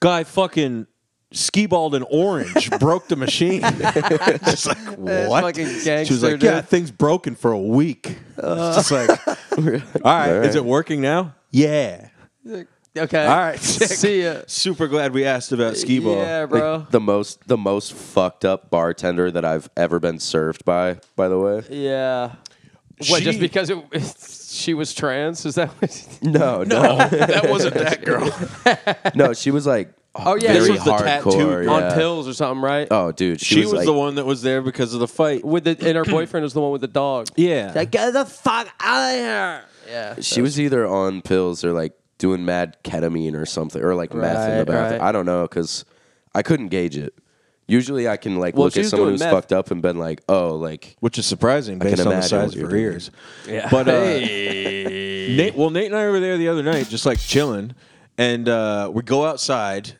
Speaker 3: Guy fucking skee balled an orange, broke the machine. [laughs] just like, what?
Speaker 1: fucking
Speaker 3: she
Speaker 1: gangster,
Speaker 3: was like, yeah,
Speaker 1: dude.
Speaker 3: that thing's broken for a week. It's just like, all right, is it working now? Yeah.
Speaker 1: Okay.
Speaker 3: All
Speaker 1: [laughs]
Speaker 3: right.
Speaker 1: See ya.
Speaker 3: Super glad we asked about skee ball.
Speaker 1: Yeah,
Speaker 2: like,
Speaker 1: bro.
Speaker 2: the most the most fucked up bartender that I've ever been served by, by the way.
Speaker 1: yeah. What?
Speaker 3: She-
Speaker 1: just because it, [laughs] she was trans? Is that? What, [laughs]
Speaker 2: No, no. [laughs]
Speaker 3: [laughs] No, that wasn't that girl.
Speaker 2: No, she was like
Speaker 1: oh yeah,
Speaker 2: very
Speaker 1: she
Speaker 3: this was the
Speaker 2: hardcore.
Speaker 3: tattooed
Speaker 2: yeah.
Speaker 1: on pills or something, right?
Speaker 2: Oh dude, she,
Speaker 3: She was
Speaker 2: like,
Speaker 3: the one that was there because of the fight.
Speaker 1: With the and her boyfriend was the one with the dog.
Speaker 3: Yeah.
Speaker 1: Like, get the fuck out of here. Yeah.
Speaker 2: She was either on pills or like doing mad ketamine or something, or like meth in the
Speaker 1: Right, right.
Speaker 2: bathroom. I don't know because I couldn't gauge it. Usually, I can like
Speaker 1: Well,
Speaker 2: look
Speaker 1: she
Speaker 2: at
Speaker 1: was
Speaker 2: someone
Speaker 1: doing
Speaker 2: who's
Speaker 1: meth.
Speaker 2: fucked up and been like, oh, like
Speaker 3: which is surprising
Speaker 2: can
Speaker 3: based on the
Speaker 2: imagine
Speaker 3: size
Speaker 2: what
Speaker 3: of
Speaker 2: you're
Speaker 3: her
Speaker 2: doing.
Speaker 3: ears. But uh, Nate, well, Nate and I were there the other night, just like chilling, and uh, we go outside.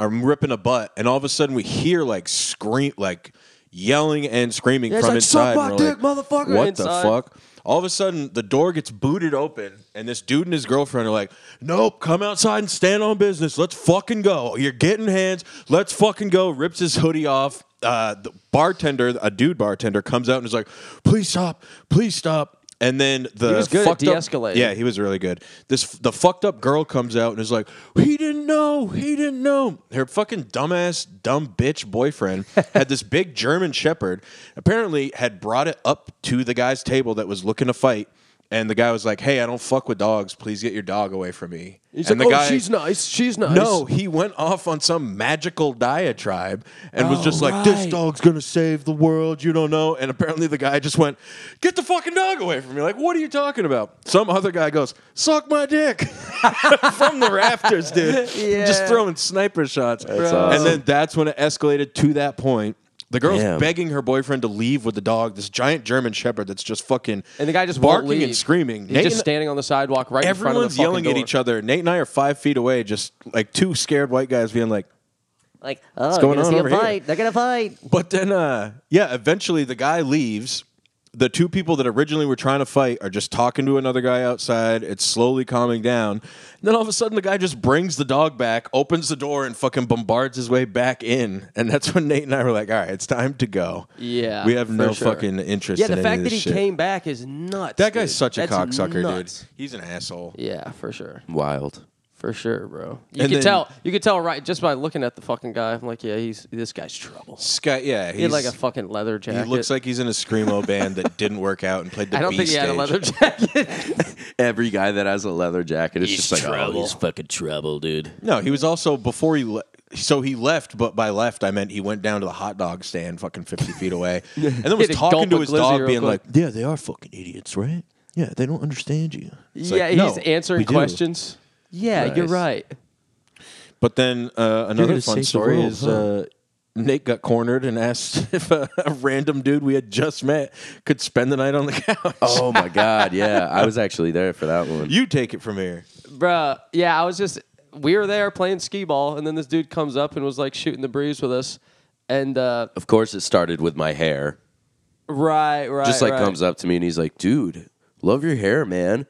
Speaker 3: I'm ripping a butt, and all of a sudden we hear like scream, like yelling and screaming
Speaker 1: Yeah, it's
Speaker 3: from
Speaker 1: like,
Speaker 3: inside.
Speaker 1: "Suck my
Speaker 3: and we're
Speaker 1: dick,
Speaker 3: like,
Speaker 1: motherfucker,"
Speaker 3: What
Speaker 1: inside.
Speaker 3: the fuck? All of a sudden, the door gets booted open, and this dude and his girlfriend are like, "Nope, come outside and stand on business. Let's fucking go. You're getting hands. Let's fucking go." Rips his hoodie off. Uh, the bartender, a dude bartender, comes out and is like, "Please stop, please stop." And then the
Speaker 1: He was good at
Speaker 3: fucked up-
Speaker 1: de-escalating.
Speaker 3: Yeah, he was really good. This the fucked up girl comes out and is like, "He didn't know. He didn't know." Her fucking dumbass, dumb bitch
Speaker 1: [laughs]
Speaker 3: boyfriend had this big German Shepherd. Apparently, had brought it up to the guy's table that was looking to fight, and the guy was like, "Hey, I don't fuck with dogs. Please get your dog away from me."
Speaker 1: He's
Speaker 3: and
Speaker 1: like,
Speaker 3: the
Speaker 1: oh,
Speaker 3: guy,
Speaker 1: she's nice. She's nice.
Speaker 3: no, he went off on some magical diatribe and was just like, "This
Speaker 1: Oh, right.
Speaker 3: dog's gonna save the world." You don't know. And apparently, the guy just went, "Get the fucking dog away from me!" Like, what are you talking about? Some other guy goes, "Suck my dick," [laughs] from the rafters, dude.
Speaker 1: Yeah.
Speaker 3: Just throwing sniper shots.
Speaker 2: awesome.
Speaker 3: And then that's when it escalated to that point. The girl's
Speaker 2: Damn.
Speaker 3: begging her boyfriend to leave with the dog, this giant German Shepherd that's just fucking
Speaker 1: And the guy just won't
Speaker 3: barking
Speaker 1: leave.
Speaker 3: and screaming.
Speaker 1: He's
Speaker 3: Nate
Speaker 1: just
Speaker 3: and-
Speaker 1: standing on the sidewalk right in front of the
Speaker 3: Everyone's
Speaker 1: fucking
Speaker 3: yelling at
Speaker 1: door.
Speaker 3: each other. Nate and I are five feet away, just like two scared white guys being like.
Speaker 5: Like, oh,
Speaker 3: going
Speaker 5: you're gonna
Speaker 3: on
Speaker 5: see
Speaker 3: over
Speaker 5: a
Speaker 3: here?
Speaker 5: fight. They're gonna fight.
Speaker 3: But then, uh, yeah, eventually the guy leaves. The two people that originally were trying to fight are just talking to another guy outside. It's slowly calming down. And then all of a sudden, the guy just brings the dog back, opens the door, and fucking bombards his way back in. And that's when Nate and I were like, all right, it's time to go.
Speaker 1: Yeah,
Speaker 3: We have
Speaker 1: for
Speaker 3: no
Speaker 1: sure.
Speaker 3: fucking interest
Speaker 1: Yeah,
Speaker 3: in
Speaker 1: the
Speaker 3: any
Speaker 1: fact
Speaker 3: of
Speaker 1: that
Speaker 3: this
Speaker 1: he
Speaker 3: shit.
Speaker 1: came back is nuts.
Speaker 3: That guy's
Speaker 1: dude.
Speaker 3: such a
Speaker 1: That's
Speaker 3: cocksucker,
Speaker 1: nuts.
Speaker 3: dude. He's an asshole.
Speaker 1: Yeah, for sure.
Speaker 2: wild.
Speaker 1: For sure, bro. You
Speaker 3: And
Speaker 1: can
Speaker 3: then-
Speaker 1: tell. You can tell right just by looking at the fucking guy. I'm like, yeah, he's this guy's trouble.
Speaker 3: This guy, yeah,
Speaker 1: He
Speaker 3: he's
Speaker 1: had like a fucking leather
Speaker 3: He
Speaker 1: jacket.
Speaker 3: looks like he's in
Speaker 1: [laughs]
Speaker 3: a screamo band that didn't work out and played the
Speaker 1: I don't
Speaker 3: B
Speaker 1: think he had a
Speaker 3: stage.
Speaker 1: leather jacket.
Speaker 2: Every guy that has a leather jacket is just like, oh, he's fucking
Speaker 3: No, he was also before he le- so he left, but by left I meant he went down to the hot dog stand,
Speaker 1: [laughs]
Speaker 3: fucking fifty feet away, and then was
Speaker 1: Get a
Speaker 3: talking
Speaker 1: gulp
Speaker 3: to
Speaker 1: of
Speaker 3: his
Speaker 1: glizzy
Speaker 3: dog,
Speaker 1: real
Speaker 3: being
Speaker 1: quick.
Speaker 3: like, "Yeah, they are fucking idiots, right? Yeah, they don't understand you." It's
Speaker 1: [laughs]
Speaker 3: like,
Speaker 1: yeah,
Speaker 3: "No,
Speaker 1: he's answering
Speaker 3: we do."
Speaker 1: questions. Yeah, you're
Speaker 2: Nice.
Speaker 1: right.
Speaker 3: But then uh, another
Speaker 2: gonna
Speaker 3: fun
Speaker 2: save the
Speaker 3: story
Speaker 2: world,
Speaker 3: is uh, Nate got cornered and asked [laughs] if a, a random dude we had just met could spend the night on the [laughs] couch.
Speaker 2: Oh my god, yeah. I was actually there for that [laughs] one.
Speaker 3: You take it from here.
Speaker 1: Bruh, yeah, I was just we were there playing skee ball, and then this dude comes up and was like shooting the breeze with us, and uh,
Speaker 2: Of course, it started with my hair.
Speaker 1: right, right,
Speaker 2: Just like
Speaker 1: right.
Speaker 2: comes up to me and he's like, "Dude, love your hair, man."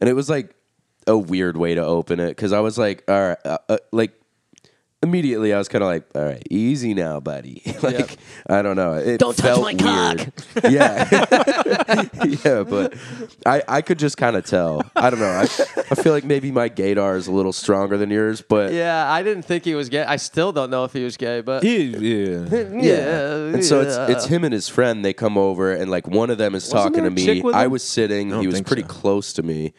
Speaker 2: And it was like a weird way to open it because I was like, "All right," uh, uh, like immediately I was kind of like, "All right, easy now, buddy." [laughs] like
Speaker 1: Yep.
Speaker 2: I don't know. It
Speaker 5: Don't touch
Speaker 2: felt
Speaker 5: my
Speaker 2: weird. [laughs] yeah, [laughs] yeah, but I I could just kind of tell. I don't know. I, I feel like maybe my gaydar is a little stronger than yours, but
Speaker 1: Yeah, I didn't think he was gay. I still don't know if he was gay, but yeah,
Speaker 3: Yeah.
Speaker 2: And so it's it's him and his friend. They come over and like one of them is talking
Speaker 1: there
Speaker 2: to
Speaker 1: a chick
Speaker 2: me.
Speaker 1: with
Speaker 2: I
Speaker 1: him?
Speaker 2: was sitting.
Speaker 3: don't
Speaker 2: He was
Speaker 3: think
Speaker 2: pretty
Speaker 3: so.
Speaker 2: close to me,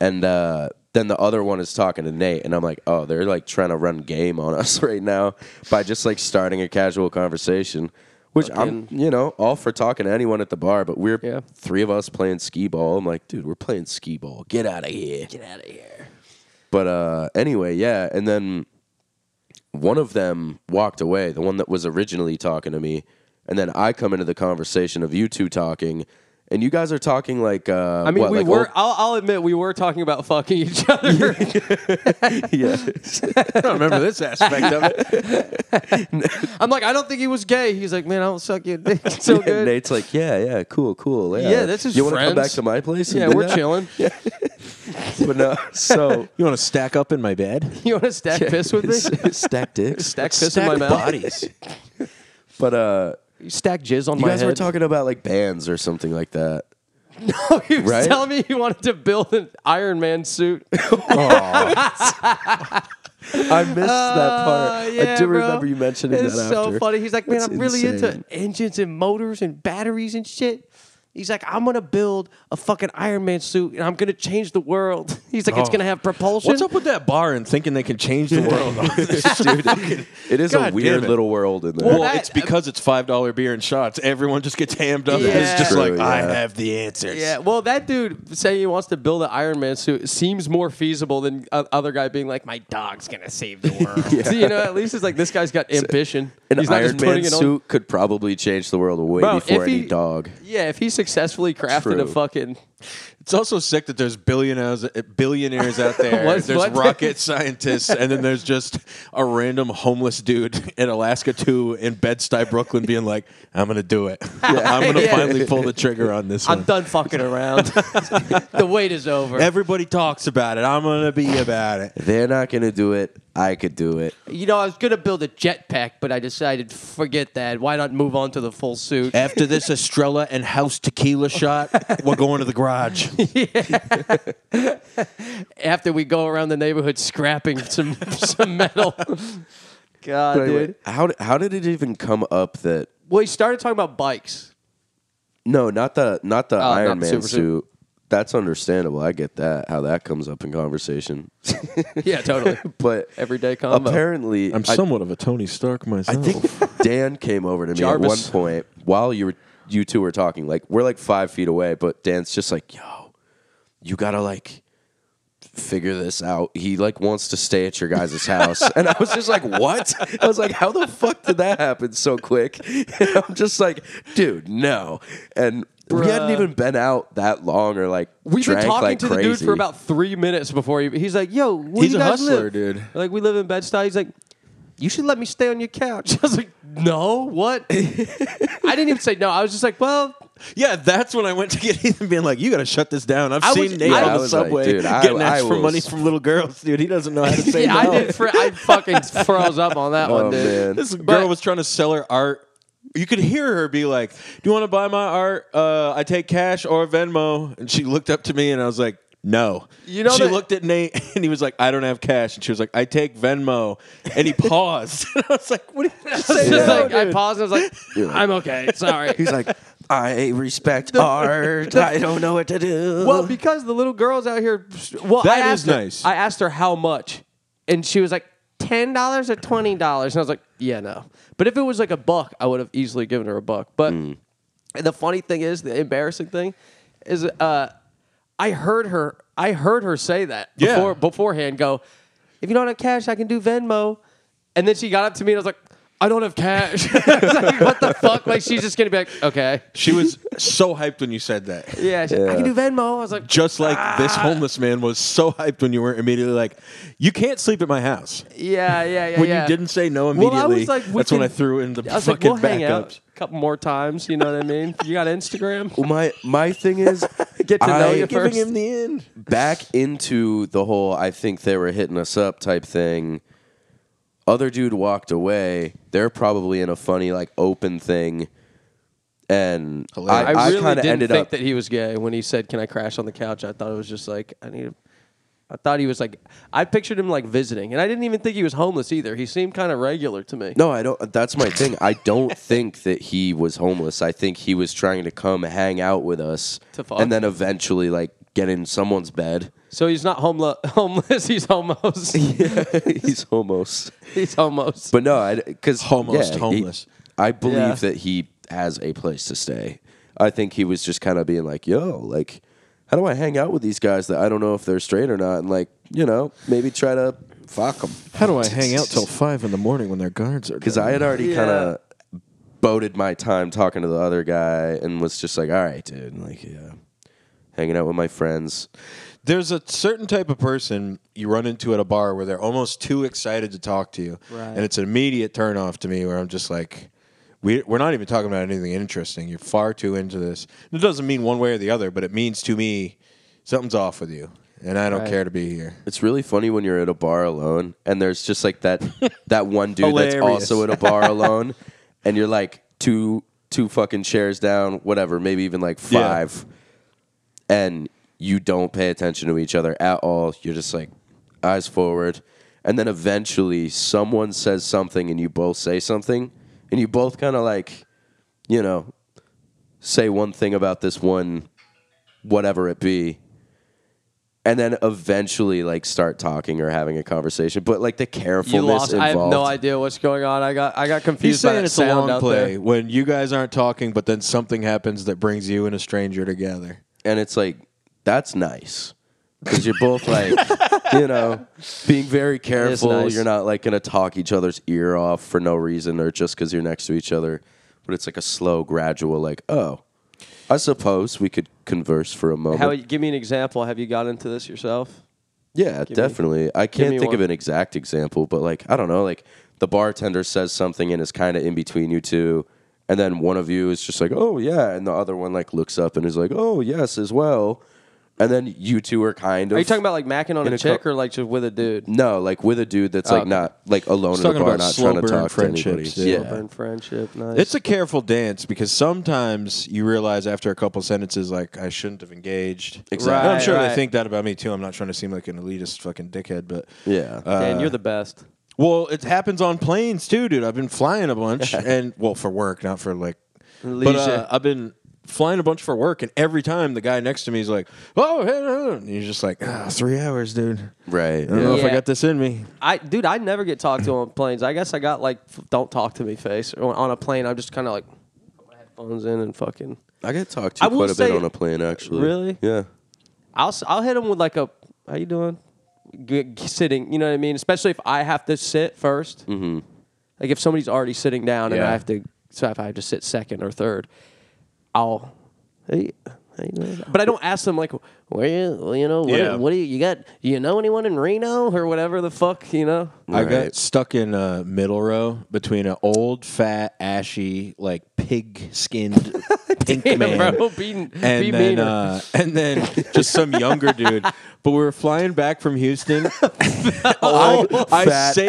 Speaker 2: and uh, then the other one is talking to Nate. And I'm like, oh, they're like trying to run game on [laughs] us right now by just like starting a casual conversation. Which I'm, you know, all for talking to anyone at the bar, but we're
Speaker 1: Yeah.
Speaker 2: three of us playing skee ball. I'm like, dude, we're playing skee ball. Get out of here.
Speaker 5: Get out of here.
Speaker 2: But uh, anyway, yeah. And then one of them walked away, the one that was originally talking to me. And then I come into the conversation of you two talking. And you guys are talking like, uh,
Speaker 1: I mean,
Speaker 2: what,
Speaker 1: we
Speaker 2: like
Speaker 1: were.
Speaker 2: old-
Speaker 1: [laughs] I'll, I'll admit, we were talking about fucking [laughs] each other.
Speaker 3: I don't remember this aspect
Speaker 2: [laughs]
Speaker 3: of it.
Speaker 1: I'm like, I don't think he was gay. He's like, man, I don't suck your [laughs] dick so
Speaker 2: and
Speaker 1: good.
Speaker 2: Nate's like, yeah, yeah, cool, cool. Yeah,
Speaker 1: Yeah, this is
Speaker 2: You wanna come back
Speaker 1: friends.
Speaker 2: to my place? and
Speaker 1: yeah,
Speaker 2: do
Speaker 1: we're
Speaker 2: that?"
Speaker 1: chilling.
Speaker 2: [laughs] But no, so
Speaker 3: You want to stack up in my bed?
Speaker 1: [laughs] You want to stack [laughs] piss with me?
Speaker 2: [laughs] stack dicks,
Speaker 1: Stack piss in my mouth.
Speaker 3: bodies.
Speaker 2: But uh,
Speaker 1: You stack jizz on
Speaker 2: you
Speaker 1: my
Speaker 2: guys
Speaker 1: head.
Speaker 2: were
Speaker 1: [laughs]
Speaker 2: talking about like bands or something like that.
Speaker 1: Oh, he was
Speaker 2: right?
Speaker 1: telling me he wanted to build an Iron Man suit.
Speaker 2: I missed that part. [laughs] I
Speaker 1: Uh, yeah,
Speaker 2: do
Speaker 1: bro.
Speaker 2: remember you mentioning
Speaker 1: it's
Speaker 2: that
Speaker 1: so
Speaker 2: after.
Speaker 1: funny. He's like, man,
Speaker 2: That's
Speaker 1: I'm really
Speaker 2: insane.
Speaker 1: into engines and motors and batteries and shit. He's like, I'm gonna build a fucking Iron Man suit and I'm gonna change the world. [laughs] He's like, it's
Speaker 3: Oh.
Speaker 1: gonna have propulsion.
Speaker 3: [laughs] What's up with that bar and thinking they can change the
Speaker 1: [laughs]
Speaker 3: world? on this, dude?
Speaker 2: It is
Speaker 3: God
Speaker 2: a
Speaker 3: damn
Speaker 2: weird
Speaker 3: it.
Speaker 2: little world in there.
Speaker 3: Well,
Speaker 1: that-
Speaker 3: it's because it's five dollar beer and shots. Everyone just gets hammed up. and
Speaker 1: Yeah.
Speaker 3: It's just
Speaker 2: True,
Speaker 3: like I
Speaker 2: yeah.
Speaker 3: have the answers.
Speaker 1: Yeah, well, that dude saying he wants to build an Iron Man suit seems more feasible than uh, other guy being like, "My dog's gonna save
Speaker 2: [laughs]
Speaker 1: the world." So, you know, at least it's like this guy's got ambition.
Speaker 2: An
Speaker 1: He's not
Speaker 2: Iron
Speaker 1: just
Speaker 2: Man
Speaker 1: putting it on-
Speaker 2: suit could probably change the world way
Speaker 1: Bro,
Speaker 2: before
Speaker 1: if he-
Speaker 2: any dog.
Speaker 1: Yeah, if he successfully crafted a
Speaker 2: True.
Speaker 1: fucking
Speaker 3: It's also sick that there's billionaires eh, billionaires out there.
Speaker 1: [laughs] What-
Speaker 3: there's
Speaker 1: what?
Speaker 3: rocket scientists, and then there's just a random homeless dude in Alaska too, in Bed Stuy, Brooklyn, being like, "I'm gonna do it. I'm
Speaker 1: [laughs]
Speaker 3: gonna
Speaker 1: Yeah.
Speaker 3: finally pull the trigger on this
Speaker 1: I'm
Speaker 3: one."
Speaker 1: done fucking
Speaker 2: [laughs]
Speaker 1: around. [laughs] the wait is over.
Speaker 3: Everybody talks about it. I'm gonna be about it.
Speaker 2: They're not gonna do it. I could do it.
Speaker 1: you know, I was gonna build a jetpack, but I decided forget that. Why not move on to the full suit?
Speaker 3: After this Estrella and House tequila shot, we're going to the garage.
Speaker 1: After we go around the neighborhood scrapping [laughs] some some metal. God,
Speaker 2: But
Speaker 1: dude.
Speaker 2: anyway, how did, how did it even come up that
Speaker 1: Well, he started talking about bikes.
Speaker 2: no, not the not the
Speaker 1: Oh, not
Speaker 2: Iron
Speaker 1: the
Speaker 2: Man
Speaker 1: super
Speaker 2: suit.
Speaker 1: suit.
Speaker 2: That's understandable. I get that how that comes up in conversation.
Speaker 1: Yeah, totally.
Speaker 2: But
Speaker 1: Everyday combo.
Speaker 2: apparently,
Speaker 3: [laughs] I'm
Speaker 2: I-
Speaker 3: somewhat of a Tony Stark
Speaker 2: I
Speaker 1: [laughs]
Speaker 3: myself.
Speaker 2: think Dan came over to me
Speaker 1: Oh. Jarvis.
Speaker 2: at one point while you were you two were talking. Like we're like five feet away, but Dan's just like, "Yo, you gotta like figure this out." He like wants to stay at
Speaker 1: [laughs]
Speaker 2: your guys' house, and I was just like, "What?" I was like, "How the fuck did that happen so quick?" [laughs] And I'm just like, "Dude, no." And we hadn't
Speaker 1: Bruh.
Speaker 2: even been out that long, or like
Speaker 1: We've been
Speaker 2: drank
Speaker 1: talking
Speaker 2: like
Speaker 1: to
Speaker 2: crazy.
Speaker 1: the dude for about three minutes before he, he's like, "Yo, where
Speaker 3: He's
Speaker 1: you
Speaker 3: a
Speaker 1: guys
Speaker 3: hustler,
Speaker 1: live?"
Speaker 3: dude.
Speaker 1: Like we live in Bed Stuy. He's like, "You should let me stay on your couch." [laughs] I was like, "No, what?" I didn't even say no. I was just like, "Well,
Speaker 3: Yeah, that's when I went to get [laughs] Ethan, being like, "You got to shut this down." I've
Speaker 1: I
Speaker 3: seen
Speaker 1: was-
Speaker 3: Nate
Speaker 1: I
Speaker 3: on the
Speaker 2: was like,
Speaker 3: subway
Speaker 2: dude, I-
Speaker 3: getting asked
Speaker 2: I
Speaker 3: for
Speaker 2: was-
Speaker 3: money from little girls, dude. He doesn't
Speaker 1: [laughs]
Speaker 3: know how to say
Speaker 1: yeah,
Speaker 3: no.
Speaker 1: I did. Fr- I fucking froze up on that one,
Speaker 2: Oh,
Speaker 1: dude."
Speaker 2: man.
Speaker 3: This girl
Speaker 1: But-
Speaker 3: was trying to sell her art. You could hear her be like, "Do you want to buy my art? Uh, I take cash or Venmo." And she looked up to me, and I was like, "No."
Speaker 1: You know
Speaker 3: she
Speaker 1: that-
Speaker 3: looked at Nate, [laughs] and he was like, "I don't have cash." And she was like, "I take Venmo." And he [laughs] paused. and I was like,
Speaker 1: [laughs]
Speaker 3: "What?" Are you
Speaker 1: I was
Speaker 3: saying?
Speaker 1: just
Speaker 2: Yeah.
Speaker 1: like, I paused. and I was
Speaker 2: You're
Speaker 1: like,
Speaker 2: like-
Speaker 1: "I'm okay. Sorry."
Speaker 2: He's like, "I respect art. I don't know what to
Speaker 1: [laughs]
Speaker 2: do."
Speaker 1: Well, because the little girl's out here. Well,
Speaker 3: That
Speaker 1: I
Speaker 3: is
Speaker 1: asked her-
Speaker 3: nice.
Speaker 1: I asked her how much, and she was like ten dollars or twenty dollars, and I was like, yeah, no. But if it was like a buck, I would have easily given her a buck. But
Speaker 3: Mm.
Speaker 1: the funny thing is, the embarrassing thing is, uh, I heard her. I heard her say that
Speaker 3: Yeah.
Speaker 1: before beforehand. Go, if you don't have cash, I can do Venmo. And then she got up to me and I was like, I don't have cash. [laughs] I was like, what the fuck? Like she's just gonna be like, okay,
Speaker 3: She was so hyped when you said that.
Speaker 1: yeah, she- I
Speaker 2: Yeah.
Speaker 1: can do Venmo. I was like,
Speaker 3: Just like
Speaker 1: Ah.
Speaker 3: this homeless man was so hyped when you were immediately like, "You can't sleep at my house."
Speaker 1: yeah, yeah, yeah.
Speaker 3: when
Speaker 1: yeah.
Speaker 3: you didn't say no
Speaker 1: Well,
Speaker 3: immediately,
Speaker 1: I was like, we
Speaker 3: that's when
Speaker 1: can-
Speaker 3: I threw in the
Speaker 1: I was like,
Speaker 3: fucking
Speaker 1: we'll hang out
Speaker 3: backups.
Speaker 1: a couple more times. You know what I mean? [laughs] You got Instagram?
Speaker 2: Well, my my thing is
Speaker 1: [laughs] Get to know
Speaker 2: I-
Speaker 1: you first.
Speaker 3: the end.
Speaker 2: back into the whole I think they were hitting us up type thing. Other dude walked away. They're probably in a funny like open thing, and I,
Speaker 3: Hilarious.
Speaker 1: I,
Speaker 2: I,
Speaker 1: really
Speaker 2: kind of
Speaker 1: didn't
Speaker 2: ended
Speaker 1: think
Speaker 2: up.
Speaker 1: that he was gay when he said, "Can I crash on the couch?" I thought it was just like I need. I thought he was like I pictured him like visiting, and I didn't even think he was homeless either. He seemed kind of regular to me.
Speaker 2: no, I don't. That's my thing. I don't [laughs] think that he was homeless. I think he was trying to come hang out with us,
Speaker 1: To fuck?
Speaker 2: and then eventually like get in
Speaker 1: [laughs]
Speaker 2: someone's bed. [laughs]
Speaker 1: So he's not homeless. [laughs] Homeless. He's
Speaker 3: [laughs]
Speaker 1: homos.
Speaker 2: He's homeless.
Speaker 1: he's homos.
Speaker 2: But no, because
Speaker 3: Almost homeless.
Speaker 2: I believe
Speaker 1: Yeah.
Speaker 2: that he has a place to stay. I think he was just kind of being like, "Yo, like, how do I hang out with these guys that I don't know if they're straight or not?" And like, you know, maybe try to fuck them.
Speaker 3: How do I hang out
Speaker 2: [laughs]
Speaker 3: till five in the morning when their guards are?
Speaker 2: Because I had already kind of boated my time talking to the other guy and was just like, "All right, dude, and like, yeah." Hanging out with my friends.
Speaker 3: There's a certain type of person you run into at a bar where they're almost too excited to talk to you,
Speaker 1: Right.
Speaker 3: and it's an immediate turnoff to me where I'm just like. We, we're not even talking about anything interesting. You're far too into this. And it doesn't mean one way or the other, but it means to me something's off with you, and I don't care to be here.
Speaker 2: It's really funny when you're at a bar alone and there's just like
Speaker 3: [laughs]
Speaker 2: that that one dude that's
Speaker 3: Hilarious.
Speaker 2: also at a bar alone [laughs] and you're like two two fucking chairs down, whatever, maybe even like
Speaker 3: Yeah.
Speaker 2: five. And you don't pay attention to each other at all. You're just like eyes forward. And then eventually someone says something and you both say something and you both kind of like you know say one thing about this one whatever it be and then eventually like start talking or having a conversation. But like the carefulness
Speaker 1: You lost. I
Speaker 2: involved.
Speaker 1: have no idea what's going on. I got I got confused
Speaker 3: He's
Speaker 1: by
Speaker 3: saying
Speaker 1: that
Speaker 3: it's a
Speaker 1: sound
Speaker 3: long
Speaker 1: out
Speaker 3: play
Speaker 1: there.
Speaker 3: when you guys aren't talking, but then something happens that brings you and a stranger together.
Speaker 2: and it's like that's nice because you're both like [laughs] you know being very careful
Speaker 1: nice.
Speaker 2: you're not like gonna talk each other's ear off for no reason or just because you're next to each other but it's like a slow gradual like oh i suppose we could converse for a moment
Speaker 1: How? Give me an example. Have you got into this yourself?
Speaker 2: yeah definitely i can't
Speaker 1: me
Speaker 2: think of
Speaker 1: one.
Speaker 2: an exact example but like i don't know like the bartender says something and is kind of in between you two and then one of you is just like oh yeah and the other one like looks up and is like oh yes as well and then you two are kind of
Speaker 1: Are you talking about like macking on
Speaker 2: In
Speaker 1: a
Speaker 2: a co-
Speaker 1: chick or like just with a dude?
Speaker 2: No, like with a dude that's like
Speaker 1: okay.
Speaker 2: not like alone
Speaker 3: He's
Speaker 2: in a
Speaker 3: talking
Speaker 2: bar,
Speaker 3: about
Speaker 2: not
Speaker 3: slow
Speaker 2: trying to
Speaker 3: burn
Speaker 2: talk to anybody.
Speaker 3: friendships,
Speaker 2: Yeah,
Speaker 3: yeah.
Speaker 1: Burn friendship. Nice.
Speaker 3: It's a careful dance because sometimes you realize after a couple sentences, like I shouldn't have engaged.
Speaker 2: Exactly.
Speaker 3: And I'm sure
Speaker 1: Right,
Speaker 3: they
Speaker 1: right.
Speaker 3: think that about me too. I'm not trying to seem like an elitist fucking dickhead, but
Speaker 2: yeah.
Speaker 1: Dan, you're the best.
Speaker 3: well, it happens on planes too, dude. I've been flying
Speaker 2: [laughs]
Speaker 3: a bunch, and well, for work, not for like. But uh,
Speaker 1: Leisure.
Speaker 3: I've been flying a bunch for work, and every time the guy next to me is like, "Oh," hey, no," and you're just like, ah, three hours, dude."
Speaker 2: right.
Speaker 3: I don't
Speaker 2: yeah.
Speaker 3: know if I
Speaker 1: Yeah.
Speaker 3: got this in me.
Speaker 1: I dude, I never get talked to on planes. I guess I got like f- don't talk to me face or on a plane. I'm just kind of like put my headphones in and fucking.
Speaker 2: I get talked
Speaker 1: I
Speaker 2: to
Speaker 1: will
Speaker 2: quite a bit
Speaker 1: say-
Speaker 2: on a plane, actually.
Speaker 1: Really?
Speaker 2: Yeah.
Speaker 1: I'll s- I'll hit him with like a how you doing? G- g- sitting, you know what I mean. Especially if I have to sit 1st Mm-hmm. Like if somebody's already sitting down and
Speaker 2: Yeah.
Speaker 1: I have to, so if I have to sit second or third, I'll.
Speaker 5: Hey, how you doing?
Speaker 1: But I don't ask them like,
Speaker 5: Where you? well, You know what?
Speaker 3: Yeah.
Speaker 5: What do you, you got? You know anyone in Reno?
Speaker 1: or whatever the fuck, you know. [laughs]
Speaker 3: I
Speaker 2: Right.
Speaker 3: got stuck in a middle row between an old, fat, ashy, like pig
Speaker 1: [laughs]
Speaker 3: skinned pink man.
Speaker 1: Bro, be, be
Speaker 3: And then,
Speaker 1: meaner.
Speaker 3: uh, and then just some younger dude. But we were flying back from
Speaker 1: [laughs]
Speaker 3: Houston.
Speaker 1: Oh,
Speaker 3: I, I
Speaker 2: Fat,
Speaker 3: say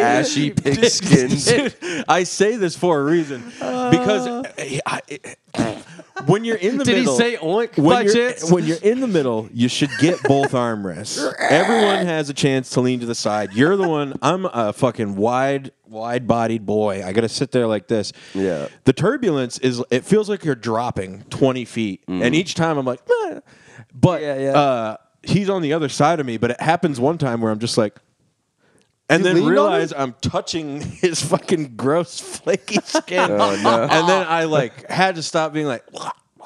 Speaker 1: [laughs]
Speaker 2: ashy pigskin.
Speaker 3: [laughs] Dude, I say this for a reason because I- I- when you're in the
Speaker 1: Uh. Did he
Speaker 3: middle,
Speaker 1: say oink by
Speaker 3: when you're,
Speaker 1: chance?
Speaker 3: when you're in the middle, you should
Speaker 1: [laughs]
Speaker 3: get both armrests. Everyone has a chance to lean to the side. You're the one. I'm a fucking wide, wide-bodied boy. I gotta sit there like this.
Speaker 2: Yeah.
Speaker 3: The turbulence is. It feels like you're dropping 20 feet, and each time I'm like, "Ah." but
Speaker 1: Mm-hmm. Yeah, yeah.
Speaker 3: Uh, he's on the other side of me. But it happens one time where I'm just like. And
Speaker 1: leaned
Speaker 3: then
Speaker 1: on
Speaker 3: realize I'm touching [laughs] his fucking
Speaker 1: [laughs]
Speaker 3: gross flaky
Speaker 1: Oh,
Speaker 3: skin. And then I like had to stop being like,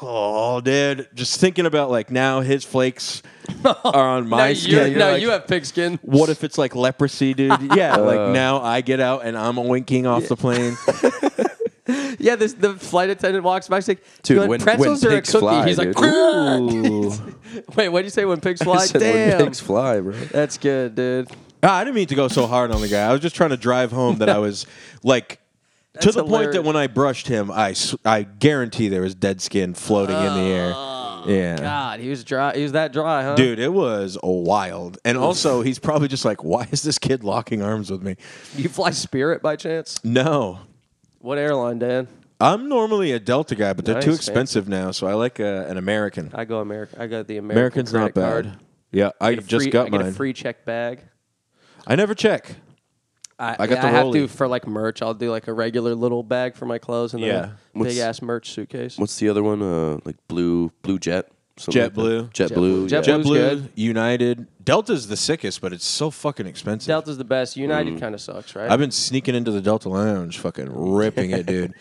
Speaker 3: oh, dude, just thinking about like now his
Speaker 1: [laughs]
Speaker 3: flakes are on
Speaker 1: no,
Speaker 3: my skin.
Speaker 1: you're-
Speaker 3: You're
Speaker 1: no,
Speaker 3: like,
Speaker 1: you have pigskin.
Speaker 3: What if it's like leprosy,
Speaker 1: [laughs]
Speaker 3: dude? Yeah,
Speaker 1: Uh.
Speaker 3: like now I get out and I'm winking off
Speaker 1: [laughs]
Speaker 3: the plane.
Speaker 1: Yeah, this the flight attendant walks by. She's like,
Speaker 2: Dude,
Speaker 1: "You want
Speaker 2: when- when
Speaker 1: pretzels or a
Speaker 2: pigs
Speaker 1: cookie?"
Speaker 2: fly,
Speaker 1: He's like,
Speaker 2: dude.
Speaker 3: Ooh.
Speaker 1: [laughs] "Wait, what did you say when
Speaker 2: [laughs]
Speaker 1: pigs fly?"
Speaker 2: Said when
Speaker 1: Damn,
Speaker 2: pigs fly,
Speaker 1: [laughs]
Speaker 2: bro.
Speaker 1: that's good, dude.
Speaker 3: Ah, I didn't mean to go so hard on the guy. I was just trying to drive home that I was like. to the point that
Speaker 1: hilarious.
Speaker 3: when I brushed him, I, s- I guarantee there was dead skin floating in the air.
Speaker 1: Oh,
Speaker 3: Yeah.
Speaker 1: God, he was dry. He was that dry, huh?
Speaker 3: Dude, it was wild. And also, he's probably just like, why is this kid locking arms with me?
Speaker 1: you fly Spirit by chance?
Speaker 3: No.
Speaker 1: What airline, Dan?
Speaker 3: I'm normally a Delta guy, but they're too
Speaker 1: Nice,
Speaker 3: expensive now, so I like uh, an American.
Speaker 1: I go America. I got the American
Speaker 3: American's
Speaker 1: credit
Speaker 3: not bad.
Speaker 1: card.
Speaker 3: Yeah, I,
Speaker 1: Get a
Speaker 3: just
Speaker 1: free-
Speaker 3: got
Speaker 1: I
Speaker 3: mine.
Speaker 1: Get a free check bag.
Speaker 3: I never check.
Speaker 1: I,
Speaker 3: I got
Speaker 1: yeah,
Speaker 3: the
Speaker 1: I have
Speaker 3: rollie.
Speaker 1: to for like merch. I'll do like a regular little bag for my clothes and
Speaker 3: Yeah.
Speaker 1: then a
Speaker 2: What's-
Speaker 1: big ass merch suitcase.
Speaker 2: What's the other one? Uh, like blue, blue jet. something like that.
Speaker 3: JetBlue.
Speaker 2: Jet blue.
Speaker 1: JetBlue.
Speaker 2: yeah.
Speaker 1: Blue's
Speaker 3: JetBlue,
Speaker 1: good.
Speaker 3: United. Delta's the sickest, but it's so fucking expensive.
Speaker 1: Delta's the best.
Speaker 2: Mm.
Speaker 1: United kind of sucks, right?
Speaker 3: I've been sneaking into the Delta Lounge, fucking ripping
Speaker 1: [laughs]
Speaker 3: it, dude.